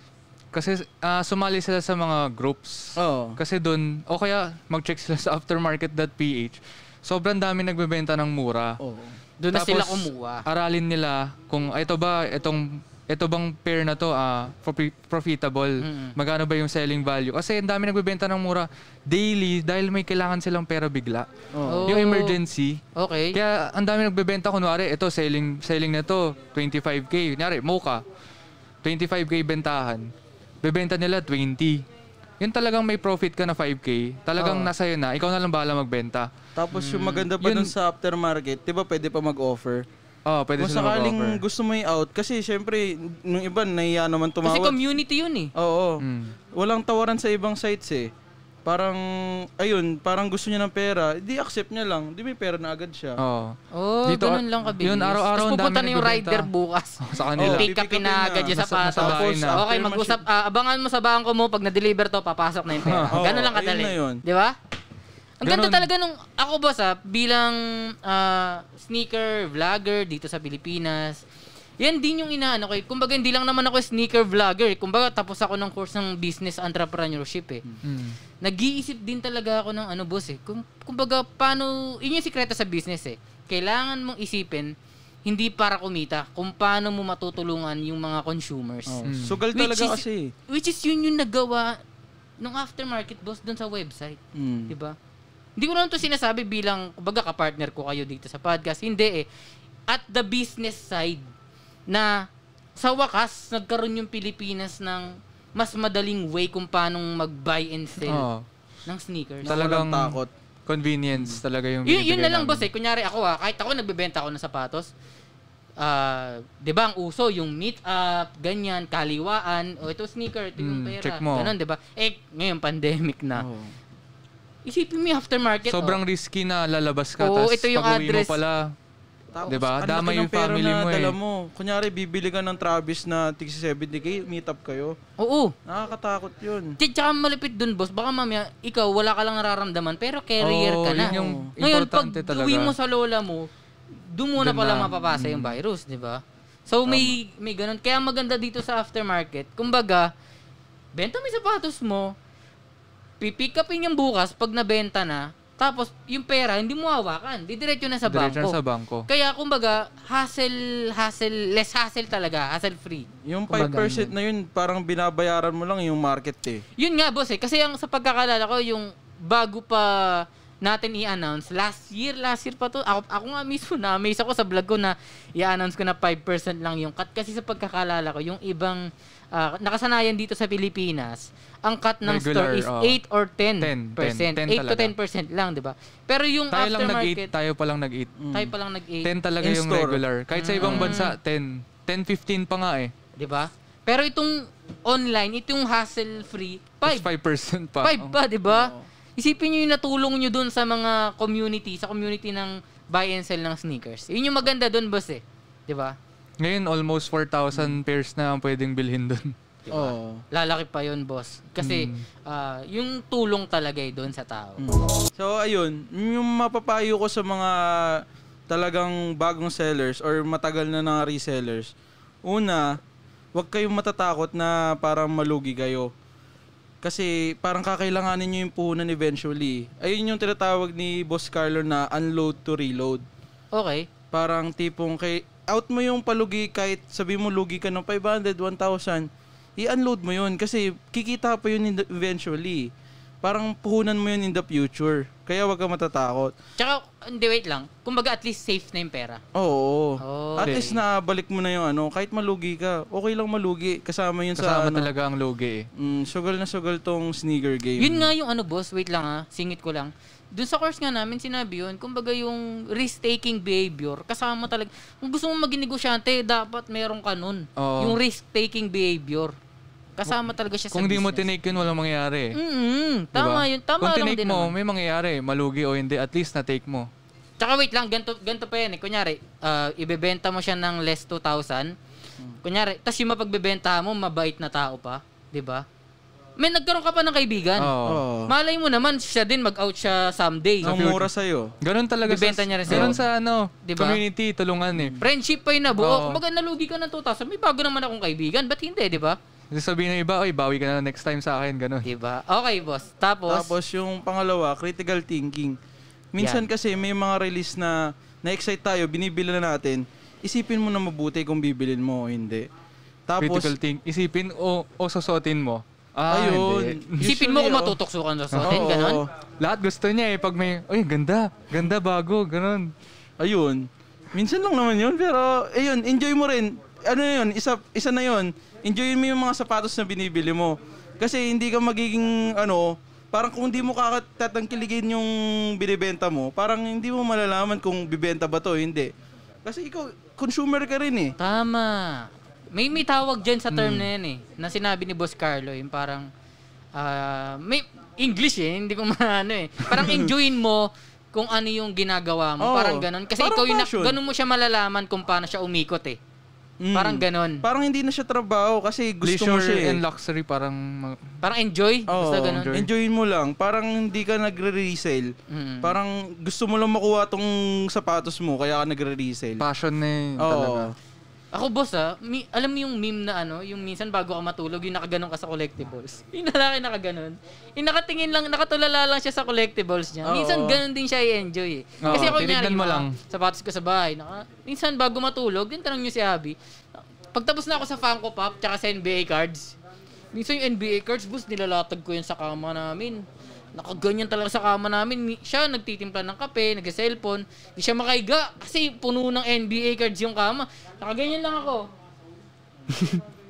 Speaker 2: kasi ah, sumali sila sa mga groups.
Speaker 3: Oo.
Speaker 2: Kasi doon, o kaya mag-check sila sa aftermarket.ph, sobrang dami nagbebenta ng mura.
Speaker 3: Oo.
Speaker 1: Doon na
Speaker 2: Tapos,
Speaker 1: sila kumuha.
Speaker 2: Aralin nila kung ah, ito ba, itong, ito bang pair na to ah, profi- profitable,
Speaker 1: Mm.
Speaker 2: magkano ba yung selling value. Kasi ang dami nagbebenta ng mura daily dahil may kailangan silang pera bigla.
Speaker 1: Oo.
Speaker 2: Yung emergency.
Speaker 1: Okay.
Speaker 2: Kaya ang dami nagbebenta kunwari, ito selling selling na to, 25k. Kunyari, Mocha. 25k bentahan. Bebenta nila 20. Yun talagang may profit ka na 5k. Talagang nasa yun na. Ikaw na lang bahala magbenta.
Speaker 3: Tapos
Speaker 2: Hmm.
Speaker 3: yung maganda pa dun sa aftermarket, 'di ba pwede pa mag-offer?
Speaker 2: Oh, pwede
Speaker 3: Kung
Speaker 2: sila
Speaker 3: sakaling
Speaker 2: mag-offer.
Speaker 3: gusto mo i-out kasi syempre nung iba nahiya naman
Speaker 1: Kasi
Speaker 3: tumawad.
Speaker 1: community yun eh.
Speaker 3: Oo.
Speaker 2: Mm.
Speaker 3: Walang tawaran sa ibang sites eh. Parang ayun, parang gusto niya ng pera, di accept niya lang. Di may pera na agad siya.
Speaker 2: Oh.
Speaker 1: Oh,
Speaker 2: Dito,
Speaker 1: ganun lang kabilis.
Speaker 2: yun, araw-araw
Speaker 1: Tapos
Speaker 2: ang
Speaker 1: pupunta
Speaker 2: dami
Speaker 1: na yung
Speaker 2: nagbebenta.
Speaker 1: rider bukas.
Speaker 2: Sa kanila.
Speaker 1: Pick up
Speaker 3: Pipikapin
Speaker 1: na
Speaker 3: na.
Speaker 1: agad yung
Speaker 2: Nasa-
Speaker 1: sapatos.
Speaker 2: nasa bahay na.
Speaker 1: Okay, mag-usap. ah, abangan mo sa bangko mo. Pag na-deliver to, papasok na yung pera.
Speaker 3: Oo,
Speaker 1: Ganun lang kadali.
Speaker 3: ayun na yun.
Speaker 1: Di ba? Ang ganda
Speaker 2: Ganun.
Speaker 1: talaga nung, ako boss ah, bilang ah, sneaker vlogger dito sa Pilipinas, yan din yung inaano ko. eh. Kumbaga, hindi lang naman ako sneaker vlogger. eh. Kumbaga, tapos ako ng course ng business entrepreneurship eh.
Speaker 3: Hmm.
Speaker 2: Mm.
Speaker 1: Nag-iisip din talaga ako ng ano boss eh. Kung, kumbaga, paano, yun yung sikreto sa business eh. Kailangan mong isipin, hindi para kumita, kung paano mo matutulungan yung mga consumers. Hmm.
Speaker 3: Oo.
Speaker 2: Hmm.
Speaker 3: Sugal talaga kasi. eh.
Speaker 1: Which is yun yung nagawa nung aftermarket boss doon sa website.
Speaker 3: Mm.
Speaker 1: Di ba? Hindi ko lang to sinasabi bilang, kumbaga, kapartner ko kayo dito sa podcast. Hindi eh. At the business side, na sa wakas, nagkaroon yung Pilipinas ng mas madaling way kung paano mag-buy and sell
Speaker 2: Oh.
Speaker 1: ng sneakers.
Speaker 3: Na
Speaker 2: Talagang
Speaker 3: walang takot.
Speaker 2: convenience talaga yung
Speaker 1: Yun, yun
Speaker 2: binibigay
Speaker 1: na lang
Speaker 2: namin.
Speaker 1: boss eh. Kunyari ako ah, kahit ako nagbebenta ako ng sapatos, ah, 'di ba ang uso yung meet up, ganyan, kaliwaan, o ito sneaker, ito yung
Speaker 2: Mm,
Speaker 1: pera.
Speaker 2: check mo.
Speaker 1: Ganun, 'di ba? Eh ngayon pandemic
Speaker 2: Ah.
Speaker 1: na.
Speaker 3: Oo.
Speaker 1: Isipin mo yung aftermarket.
Speaker 2: Sobrang risky na lalabas ka.
Speaker 1: Oo,
Speaker 2: tas
Speaker 1: ito yung
Speaker 2: pag-uwi
Speaker 1: address.
Speaker 2: mo pala.
Speaker 3: Tapos,
Speaker 2: Diba?
Speaker 3: ang
Speaker 2: Damay
Speaker 3: laki ng
Speaker 2: yung
Speaker 3: pera
Speaker 2: family
Speaker 3: na
Speaker 2: mo eh.
Speaker 3: dala mo. Kunyari, bibili ka ng Travis na tig 70k, meet up kayo.
Speaker 1: oh. Oo.
Speaker 3: Nakakatakot yun.
Speaker 1: T- Tsaka malapit dun, boss. Baka mamaya, ikaw, wala ka lang nararamdaman, pero carrier
Speaker 2: Oo,
Speaker 1: ka na.
Speaker 2: yun yung
Speaker 1: Ngayon, pag
Speaker 2: importante talaga.
Speaker 1: uwi mo sa lola mo, doon muna
Speaker 2: Doon
Speaker 1: pala
Speaker 2: na. Mm.
Speaker 1: mapapasa yung virus, di ba? So, may, may ganun. Kaya maganda dito sa aftermarket, kumbaga, benta mo yung sapatos mo, pipick upin yung bukas pag nabenta na, tapos yung pera, hindi mo hawakan. Didiretso na sa
Speaker 2: Diretso
Speaker 1: bangko.
Speaker 2: na sa bangko.
Speaker 1: Kaya, kumbaga, hassle, hassle, less hassle talaga, hassle free.
Speaker 3: Yung
Speaker 2: Kumbaga,
Speaker 3: 5% na yun, parang binabayaran mo lang yung market eh.
Speaker 1: Yun nga, boss eh. Kasi ang sa pagkakalala ko, yung bago pa natin i-announce, last year, last year pa to, ako, ako nga mismo, na-amaze ako sa vlog ko na i-announce ko na 5% lang yung cut. Kasi sa pagkakalala ko, yung ibang ah, nakasanayan dito sa Pilipinas, ang cut ng
Speaker 2: Regular,
Speaker 1: store is
Speaker 2: oh.
Speaker 1: 8 or 10%.
Speaker 2: 10, 10,
Speaker 1: 8 to
Speaker 2: 10 talaga.
Speaker 1: 10% lang, di ba? Pero yung
Speaker 2: Tayo lang nag-8,
Speaker 1: aftermarket,
Speaker 2: tayo pa lang nag-8.
Speaker 1: tayo pa lang nag-8.
Speaker 2: 10 talaga
Speaker 3: In
Speaker 2: yung
Speaker 3: store.
Speaker 2: regular. Kahit sa
Speaker 1: Mm.
Speaker 2: ibang bansa, 10. 10-15 pa nga eh.
Speaker 1: 'di ba? Pero itong online, itong hassle-free, 5.
Speaker 2: Tapos 5% pa.
Speaker 1: Five pa, di ba? Isipin nyo yung natulong nyo dun sa mga community, sa community ng buy and sell ng sneakers. Yun yung maganda dun, boss eh. Di ba?
Speaker 2: Ngayon, almost 4,000 pairs na ang pwedeng bilhin doon.
Speaker 3: Oo.
Speaker 1: Lalaki pa yun, boss. Kasi ah, yung tulong talaga eh dun sa tao.
Speaker 3: Hmm. So ayun, yung mapapayo ko sa mga talagang bagong sellers or matagal na na resellers. Una, huwag kayong matatakot na parang malugi kayo. Kasi parang kakailanganin nyo yung puhunan eventually. Ayun yung tinatawag ni Boss Carlo na unload to reload.
Speaker 1: Okay.
Speaker 3: Parang tipong kay out mo yung palugi kahit sabi mo lugi ka ng 500, 1,000, i-unload mo yun kasi kikita pa yun in the- eventually. Parang puhunan mo yun in the future. Kaya wag ka matatakot.
Speaker 1: Tsaka, hindi, wait lang. Kumbaga, at least safe na yung pera.
Speaker 3: Oo.
Speaker 1: Oh,
Speaker 3: At
Speaker 1: okay.
Speaker 3: least nabalik mo na yung ano, kahit malugi ka, okay lang malugi. Kasama yun sa
Speaker 2: Kasama
Speaker 3: ano.
Speaker 2: talaga ang lugi eh.
Speaker 3: Mm, sugal na sugal tong sneaker game.
Speaker 1: Yun nga yung ano, boss. Wait lang ha. Singit ko lang. Dun sa course nga namin, sinabi yun. Kumbaga yung risk-taking behavior, kasama talaga. Kung gusto mong maging negosyante, dapat meron ka nun.
Speaker 2: Oo.
Speaker 1: Yung risk-taking behavior. Kasama talaga siya sa
Speaker 2: Kung di mo
Speaker 1: business.
Speaker 2: tinake yun, walang mangyayari eh.
Speaker 1: Mm-mm.
Speaker 2: Di
Speaker 1: Tama
Speaker 2: ba?
Speaker 1: yun. Tama
Speaker 2: Kung
Speaker 1: lang
Speaker 2: tinake
Speaker 1: din
Speaker 2: mo,
Speaker 1: naman.
Speaker 2: may mangyayari. Malugi o hindi, at least na-take mo.
Speaker 1: Tsaka wait lang, ganito, ganito pa yan eh. Kunyari, ah, ibebenta mo siya ng less 2,000.
Speaker 2: Hmm.
Speaker 1: Kunyari, tas yung mapagbebenta mo, mabait na tao pa. 'Di ba? May nagkaroon ka pa ng kaibigan.
Speaker 2: Oo.
Speaker 3: Oo.
Speaker 1: Malay mo naman, siya din mag-out siya someday.
Speaker 3: Ang mura sa'yo.
Speaker 2: Ganun talaga
Speaker 1: Bibenta
Speaker 2: sa,
Speaker 1: niya rin sa'yo. Diba?
Speaker 2: ganun sa ano,
Speaker 1: Di ba?
Speaker 2: community, tulungan eh.
Speaker 1: Friendship pa yung nabuo.
Speaker 2: Oo.
Speaker 1: Kumbaga nalugi ka ng 2,000. May bago naman akong kaibigan. Ba't hindi, di ba?
Speaker 2: Kasi sabihin ng iba, oy, bawi ka na next time sa akin, ganun.
Speaker 1: Di ba? Okay, boss. Tapos,
Speaker 3: Tapos yung pangalawa, critical thinking. Minsan kasi may mga release na na-excite tayo, binibili na natin. Isipin mo na mabuti kung bibilin mo o hindi. Tapos,
Speaker 2: Critical think. Isipin o, o susuotin mo. Ah,
Speaker 3: ayun.
Speaker 2: hindi.
Speaker 1: isipin mo
Speaker 3: usually,
Speaker 1: kung
Speaker 3: oh.
Speaker 1: matutokso ka na sa
Speaker 3: Oo,
Speaker 1: atin. Ganon.
Speaker 3: oo.
Speaker 2: Lahat gusto niya eh. Pag may, oy, ganda. Ganda, bago. Ganun.
Speaker 3: Ayun. Minsan lang naman yun, pero ayun, enjoy mo rin. Ano na yun, isa, isa na yun. Enjoyin mo yung mga sapatos na binibili mo. Kasi hindi ka magiging, ano, parang kung hindi mo kakatatangkiligin yung binibenta mo, parang hindi mo malalaman kung bibenta ba to o hindi. Kasi ikaw, consumer ka rin eh.
Speaker 1: Tama. May may tawag dyan sa
Speaker 3: Hmm.
Speaker 1: term na yan eh. Na sinabi ni Boss Carlo. Yung parang, ah, may English eh. Hindi ko maano eh. Parang enjoyin mo kung ano yung ginagawa mo.
Speaker 3: Oo.
Speaker 1: Parang ganon. Kasi
Speaker 3: Parang
Speaker 1: ikaw yung, nak-
Speaker 3: passion.
Speaker 1: ganun mo siya malalaman kung paano siya umikot eh.
Speaker 3: Mm.
Speaker 1: Parang ganon.
Speaker 3: Parang hindi na siya trabaho kasi gusto
Speaker 2: Leisure
Speaker 3: mo siya eh.
Speaker 2: and luxury parang mag-
Speaker 1: Parang enjoy.
Speaker 3: Oo,
Speaker 1: Basta ganon.
Speaker 2: enjoy.
Speaker 3: enjoyin mo lang. Parang hindi ka nagre-resell.
Speaker 1: Mm.
Speaker 3: Parang gusto mo lang makuha tong sapatos mo kaya ka nagre-resell.
Speaker 2: passion na eh, talaga.
Speaker 3: Oo.
Speaker 1: Ako boss ah, mi- alam mo yung meme na ano, yung minsan bago ka matulog, yung nakaganon ka sa collectibles. Yung lalaki nakaganon. Yung nakatingin lang, nakatulala lang siya sa collectibles niya. Minsan
Speaker 3: Oo.
Speaker 1: ganon din siya i-enjoy eh.
Speaker 2: Oo,
Speaker 1: Kasi ako kunyari,
Speaker 2: tinignan mo
Speaker 1: mga
Speaker 2: lang.
Speaker 1: sapatos ko sa bahay. Naka, minsan bago matulog, din tanong niyo si Abby, pagtapos na ako sa Funko Pop tsaka sa NBA cards, minsan yung NBA cards, boss, nilalatag ko yun sa kama namin. Nakaganyan talaga sa kama namin. Mi- Siya, nagtitimpla ng kape, nag-cellphone. Hindi siya makaiga kasi puno ng NBA cards yung kama. Nakaganyan lang ako.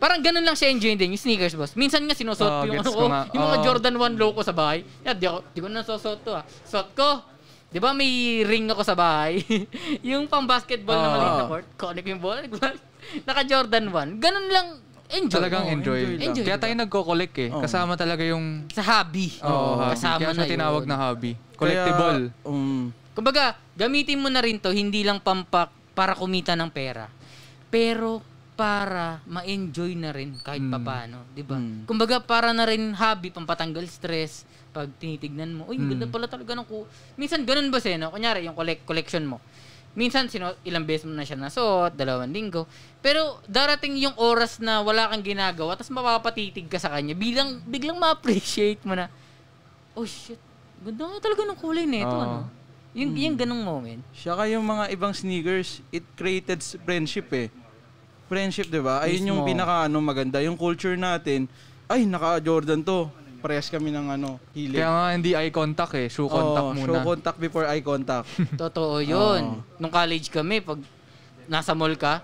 Speaker 1: Parang ganun lang siya enjoy din, yung sneakers, boss. Minsan nga sinusuot ko
Speaker 2: Oo,
Speaker 1: yung,
Speaker 2: Ah,
Speaker 1: ano
Speaker 2: gets ko
Speaker 1: ko,
Speaker 2: nga.
Speaker 1: yung mga
Speaker 2: Oo.
Speaker 1: Jordan 1 low ko sa bahay. Yeah, di, ako, di ko na nasusuot to ah. Suot ko. Di ba may ring ako sa bahay? yung pang basketball na
Speaker 2: Oo.
Speaker 1: maliit na court. Connect ko yung ball. Naka Jordan 1. Ganun lang enjoy.
Speaker 2: Talagang
Speaker 3: Oo,
Speaker 2: enjoy.
Speaker 3: enjoy
Speaker 1: lang. Enjoy,
Speaker 2: Kaya
Speaker 1: diba?
Speaker 2: tayo nagko-collect eh.
Speaker 3: Oo.
Speaker 2: Kasama talaga yung
Speaker 1: Sa hobby.
Speaker 2: Oo, hobby.
Speaker 1: Kasama
Speaker 2: Kaya
Speaker 1: na
Speaker 2: siya tinawag
Speaker 1: yun.
Speaker 2: na hobby. Collectible.
Speaker 3: Kaya, um,
Speaker 1: Kumbaga, gamitin mo na rin to, hindi lang pampak para kumita ng pera. Pero para ma-enjoy na rin kahit papaano, 'di ba?
Speaker 3: Mm.
Speaker 1: Kumbaga para na rin hobby pampatanggal stress pag tinitignan mo. Uy, ang ganda pala talaga ng ko. Minsan ganun ba sa'yo, no? Kunyari, yung collect collection mo. minsan sino, ilang beses mo na siya nasuot, dalawang linggo. Pero darating yung oras na wala kang ginagawa, tapos mapapatitig ka sa kanya, bilang, biglang ma-appreciate mo na, oh shit, ganda nga talaga ng kulay nito,
Speaker 3: Ah.
Speaker 2: Oo.
Speaker 1: ano? Yung,
Speaker 3: Hmm.
Speaker 1: yung ganong moment.
Speaker 3: Saka yung mga ibang sneakers, it created s- friendship eh. Friendship, di ba? Ayun yung
Speaker 1: Mismo.
Speaker 3: pinaka ano, maganda. Yung culture natin, ay, naka-Jordan to. Parehas kami ng ano, hilig.
Speaker 2: Kaya nga hindi eye contact eh, shoe contact
Speaker 3: Oo,
Speaker 2: muna.
Speaker 3: Show contact before eye contact.
Speaker 1: Totoo yun.
Speaker 3: Oo.
Speaker 1: Nung college kami, pag nasa mall ka,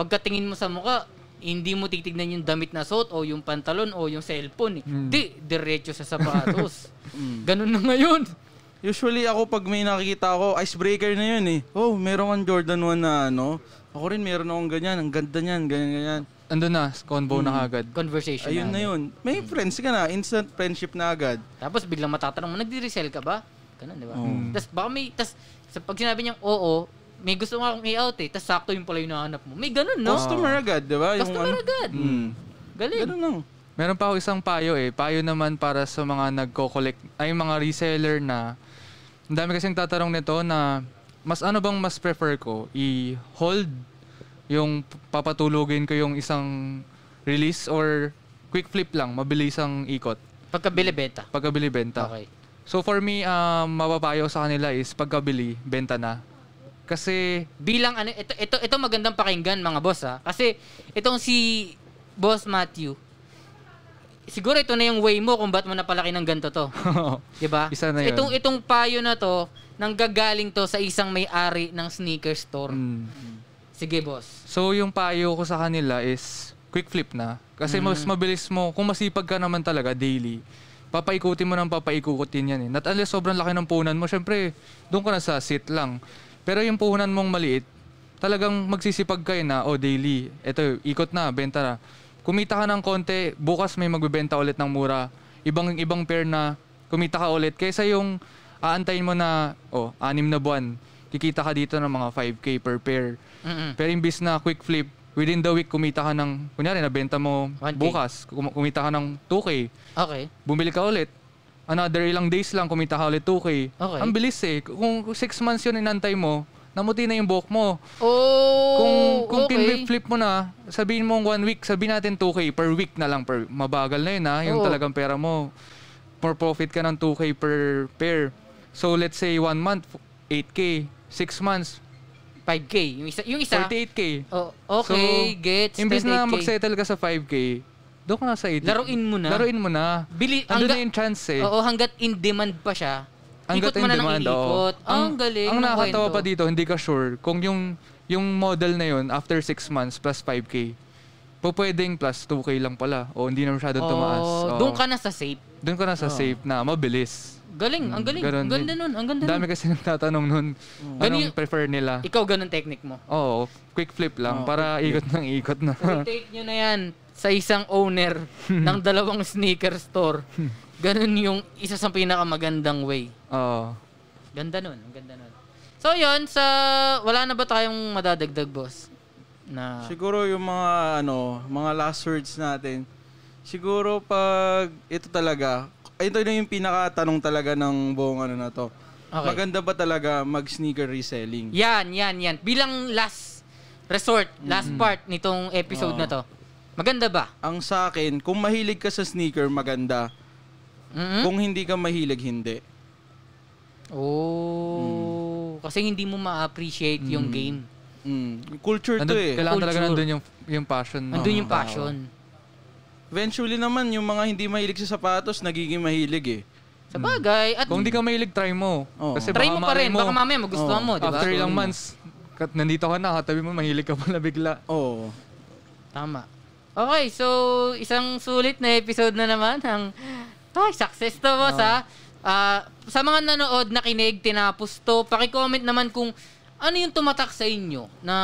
Speaker 1: pagkatingin mo sa mukha, hindi mo titignan yung damit na suot o yung pantalon o yung cellphone. Eh.
Speaker 3: Hmm.
Speaker 1: Di, diretso sa sapatos. Ganun na ngayon.
Speaker 3: Usually ako pag may nakikita ako, icebreaker na yun eh. Oh, meron kang Jordan 1 na ano. Ako rin meron akong ganyan. Ang ganda niyan, ganyan, ganyan.
Speaker 2: Andun na, convo na
Speaker 3: Hmm.
Speaker 2: agad.
Speaker 1: Conversation
Speaker 3: Ayun na
Speaker 1: namin.
Speaker 3: yun. May friends ka na. Instant friendship na agad.
Speaker 1: Tapos biglang matatanong mo, nagdi-resell ka ba? Ganun, di ba?
Speaker 3: Hmm.
Speaker 1: Tapos baka may, tas, sa pag sinabi niyang oo, may gusto nga akong i-out eh, tapos sakto yung pala yung nahanap mo. May ganun, no?
Speaker 3: Customer agad, di ba? Ah. Yung
Speaker 1: Customer agad.
Speaker 3: Mm.
Speaker 1: Galing.
Speaker 3: Ganun lang.
Speaker 2: Meron pa ako isang payo eh. Payo naman para sa mga nagko-collect, ay mga reseller na, ang dami kasing tatarong nito na, mas ano bang mas prefer ko? I-hold yung p- papatulugin ko yung isang release or quick flip lang, mabilis ang ikot
Speaker 1: Pagka bilibeta.
Speaker 2: pagkabili benta.
Speaker 1: Okay.
Speaker 2: So for me, um, mapapayo sa kanila is pagkabili, benta na. Kasi
Speaker 1: bilang ano ito ito ito magandang pakinggan mga boss ha kasi itong si boss Matthew siguro ito na yung way mo kung ba't mo napalaki ng ganito to
Speaker 2: hmm,
Speaker 1: 'di ba
Speaker 2: Isa na yun.
Speaker 1: itong itong payo na to nang gagaling to sa isang may-ari ng sneaker store
Speaker 2: mm.
Speaker 1: sige boss
Speaker 2: So yung payo ko sa kanila is quick flip na. Kasi mas mabilis mo, kung masipag ka naman talaga daily, papaikutin mo ng papaikutin yan eh. Not unless sobrang laki ng puhunan mo, syempre, doon ka na sa sit lang. Pero yung puhunan mong maliit, talagang magsisipag kayo na, oh daily, eto, ikot na, benta na. Kumita ka ng konti, bukas may magbebenta ulit ng mura. Ibang ibang pair na kumita ka ulit kaysa yung aantayin mo na, oh, anim na buwan, kikita ka dito ng mga 5k per pair.
Speaker 1: mm
Speaker 2: Pero imbis na quick flip, within the week kumita ka ng, kunyari nabenta mo
Speaker 1: 1K.
Speaker 2: bukas, kum- kumita ka ng 2K,
Speaker 1: okay
Speaker 2: bumili ka ulit, another ilang days lang kumita ka ulit 2K.
Speaker 1: Okay.
Speaker 2: Ang bilis eh. Kung 6 months yun inantay mo, namuti na yung buhok mo.
Speaker 1: oh
Speaker 2: Kung, kung
Speaker 1: okay.
Speaker 2: pinflip flip mo na, sabihin mong one week, sabihin natin 2K per week na lang. Per, mabagal na yun ha, yung
Speaker 1: Oo.
Speaker 2: talagang pera mo. More profit ka ng 2K per pair. So let's say one month, 8K. 6 months,
Speaker 1: 5k yung isa yung isa
Speaker 2: 48K.
Speaker 1: oh okay
Speaker 2: So,
Speaker 1: gets
Speaker 2: Imbis na
Speaker 1: 28K.
Speaker 2: magsettle ka sa 5K, doon ka na sa 80.
Speaker 1: Laruin mo na.
Speaker 2: Laruin mo na.
Speaker 1: Bili-
Speaker 2: Andun
Speaker 1: hangga-
Speaker 2: na yung chance eh.
Speaker 1: oo hanggat in demand pa siya ikot
Speaker 2: Hanggat in
Speaker 1: mo na ng
Speaker 2: demand, oo. Mm.
Speaker 1: iikot Ah, ang, galing
Speaker 2: Ang
Speaker 1: ng
Speaker 2: nakakatawa
Speaker 1: kwento.
Speaker 2: pa dito, hindi ka sure kung yung yung model na yun after 6 months plus 5K, po pwedeng plus 2K lang pala. O hindi na masyadong tumaas.
Speaker 1: Oh,
Speaker 2: Oo.
Speaker 1: Doon ka Oh. na sa safe.
Speaker 2: Doon ka na sa safe na mabilis.
Speaker 1: Galing, ang galing.
Speaker 2: Mm,
Speaker 1: Mm.
Speaker 2: ganun
Speaker 1: Ang ganda nun, ang ganda
Speaker 2: Ang dami
Speaker 1: nun.
Speaker 2: kasi nagtatanong nun,
Speaker 1: Ganun
Speaker 2: anong
Speaker 1: yung-
Speaker 2: prefer nila?
Speaker 1: Ikaw ganun technique mo.
Speaker 2: Oo, quick flip
Speaker 1: Oh.
Speaker 2: lang para ikot ng ikot na.
Speaker 1: I-take nyo na yan sa isang owner ng dalawang sneaker store. Ganun yung isa sa pinakamagandang way.
Speaker 2: Oo.
Speaker 1: Ganda nun, ang ganda nun. So yun, sa wala na ba tayong madadagdag, boss? Na
Speaker 3: Siguro yung mga ano, mga last words natin. Siguro pag ito talaga, ito na yung pinaka tanong talaga ng buong ano na to.
Speaker 1: Okay.
Speaker 3: Maganda ba talaga mag sneaker reselling?
Speaker 1: Yan, yan, yan. Bilang last resort, last part nitong episode na to. Maganda ba?
Speaker 3: Ang sa akin, kung mahilig ka sa sneaker, maganda.
Speaker 2: Hmm?
Speaker 1: mm
Speaker 3: Kung hindi ka mahilig, hindi.
Speaker 1: Oh, kasi hindi mo ma-appreciate yung game.
Speaker 3: Mm. Culture to
Speaker 2: Nandun,
Speaker 3: eh.
Speaker 2: Kailangan talaga
Speaker 1: Culture.
Speaker 2: nandun yung, yung passion. mo.
Speaker 1: Andun yung passion.
Speaker 3: Eventually naman, yung mga hindi mahilig sa sapatos, nagiging mahilig eh.
Speaker 1: Sa bagay, at
Speaker 2: Kung di ka mahilig, try mo.
Speaker 3: Oo.
Speaker 2: Kasi
Speaker 1: try mo
Speaker 2: baka
Speaker 1: pa rin.
Speaker 2: malay
Speaker 1: Baka mamaya magustuhan
Speaker 3: Oo.
Speaker 1: mo, di ba? Mm.
Speaker 2: After ilang months, kat, nandito ka na, katabi mo, mahilig ka pala bigla.
Speaker 3: Oo.
Speaker 1: Tama. Okay, so isang sulit na episode na naman ang Ay, success to boss ha. Ah, sa mga nanood, nakinig, tinapos to, pakicomment naman kung ano yung tumatak sa inyo na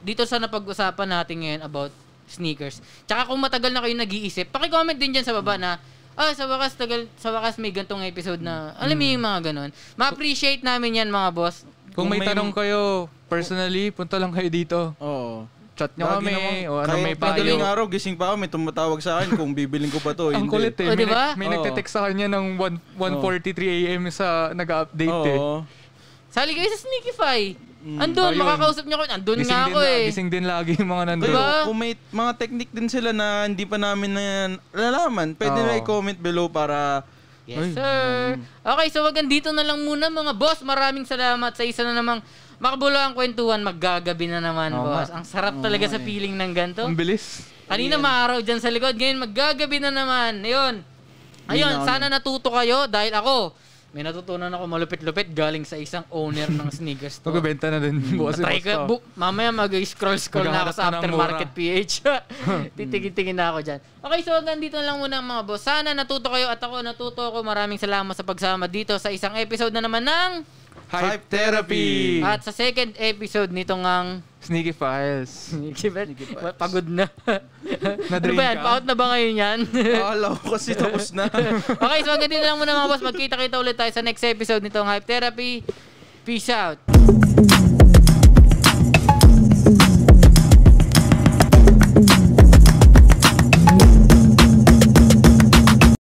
Speaker 1: dito sa napag-usapan natin ngayon about sneakers. Tsaka kung matagal na kayo nag-iisip, pakicomment din dyan sa
Speaker 2: Mm.
Speaker 1: baba na Ah, sa wakas, tagal, sa wakas may gantong episode na, alam
Speaker 2: Mm.
Speaker 1: mo yung mga ganun. Ma-appreciate namin yan mga boss.
Speaker 2: Kung,
Speaker 3: Kung
Speaker 2: may,
Speaker 3: may-
Speaker 2: tanong kayo, personally, punta lang kayo dito.
Speaker 3: Oo.
Speaker 2: Chat nyo
Speaker 3: Lagi
Speaker 2: kami,
Speaker 3: namang-
Speaker 2: o ano
Speaker 3: kahit
Speaker 2: may
Speaker 3: madaling
Speaker 2: payo.
Speaker 3: araw, gising pa ako, may tumatawag sa akin kung bibiling ko ba to.
Speaker 2: Ang
Speaker 3: hindi.
Speaker 2: kulit eh.
Speaker 1: O,
Speaker 2: May,
Speaker 1: diba?
Speaker 2: nag- may
Speaker 3: Oo.
Speaker 2: nagte-text sa kanya ng 1, 1.43 a.m. sa nag-update eh.
Speaker 3: Oo.
Speaker 1: Sali kayo sa Sneakify. Andun,
Speaker 2: Mm. Ayun.
Speaker 1: makakausap niyo ko. Andun
Speaker 2: Gising
Speaker 1: nga
Speaker 2: din
Speaker 1: ako
Speaker 2: na-
Speaker 1: eh.
Speaker 2: Gising din lagi yung mga nandun.
Speaker 1: Diba?
Speaker 3: Kayo, kung may mga technique din sila na hindi pa namin na nalalaman, pwede
Speaker 2: Oo.
Speaker 3: na i-comment below para
Speaker 1: Yes, sir. Okay, so hanggang dito na lang muna mga boss. Maraming salamat sa isa na namang makabuluhang kwentuhan. Maggagabi na naman,
Speaker 2: Oo
Speaker 1: boss.
Speaker 2: nga.
Speaker 1: Ang sarap talaga sa feeling ng ganito.
Speaker 2: Ang bilis.
Speaker 1: Kanina maaraw dyan sa likod, ngayon maggagabi na naman. Ayun. Ayun,
Speaker 3: Ayun na,
Speaker 1: sana natuto kayo dahil ako, may natutunan ako malupit-lupit galing sa isang owner ng sneakers to.
Speaker 2: Magbebenta na din. Bukas
Speaker 1: Try ko, bu- mamaya mag-scroll-scroll na ako
Speaker 2: Maghahanap
Speaker 1: sa
Speaker 2: ka ng
Speaker 1: aftermarket
Speaker 2: mura.
Speaker 1: PH. Titingin-tingin na ako dyan. Okay, so hanggang dito lang muna mga boss. Sana natuto kayo at ako natuto ako. Maraming salamat sa pagsama dito sa isang episode na naman ng...
Speaker 2: Hype Therapy!
Speaker 1: At sa second episode nitong ang...
Speaker 2: Sneaky Files.
Speaker 1: Pagod na. ano
Speaker 2: Na-drain
Speaker 1: ba yan?
Speaker 2: ka?
Speaker 1: Paot na ba ngayon yan?
Speaker 3: alam ko kasi tapos na.
Speaker 1: okay, so hanggang dito lang muna mga boss. Magkita-kita ulit tayo sa next episode nitong Hype Therapy. Peace out.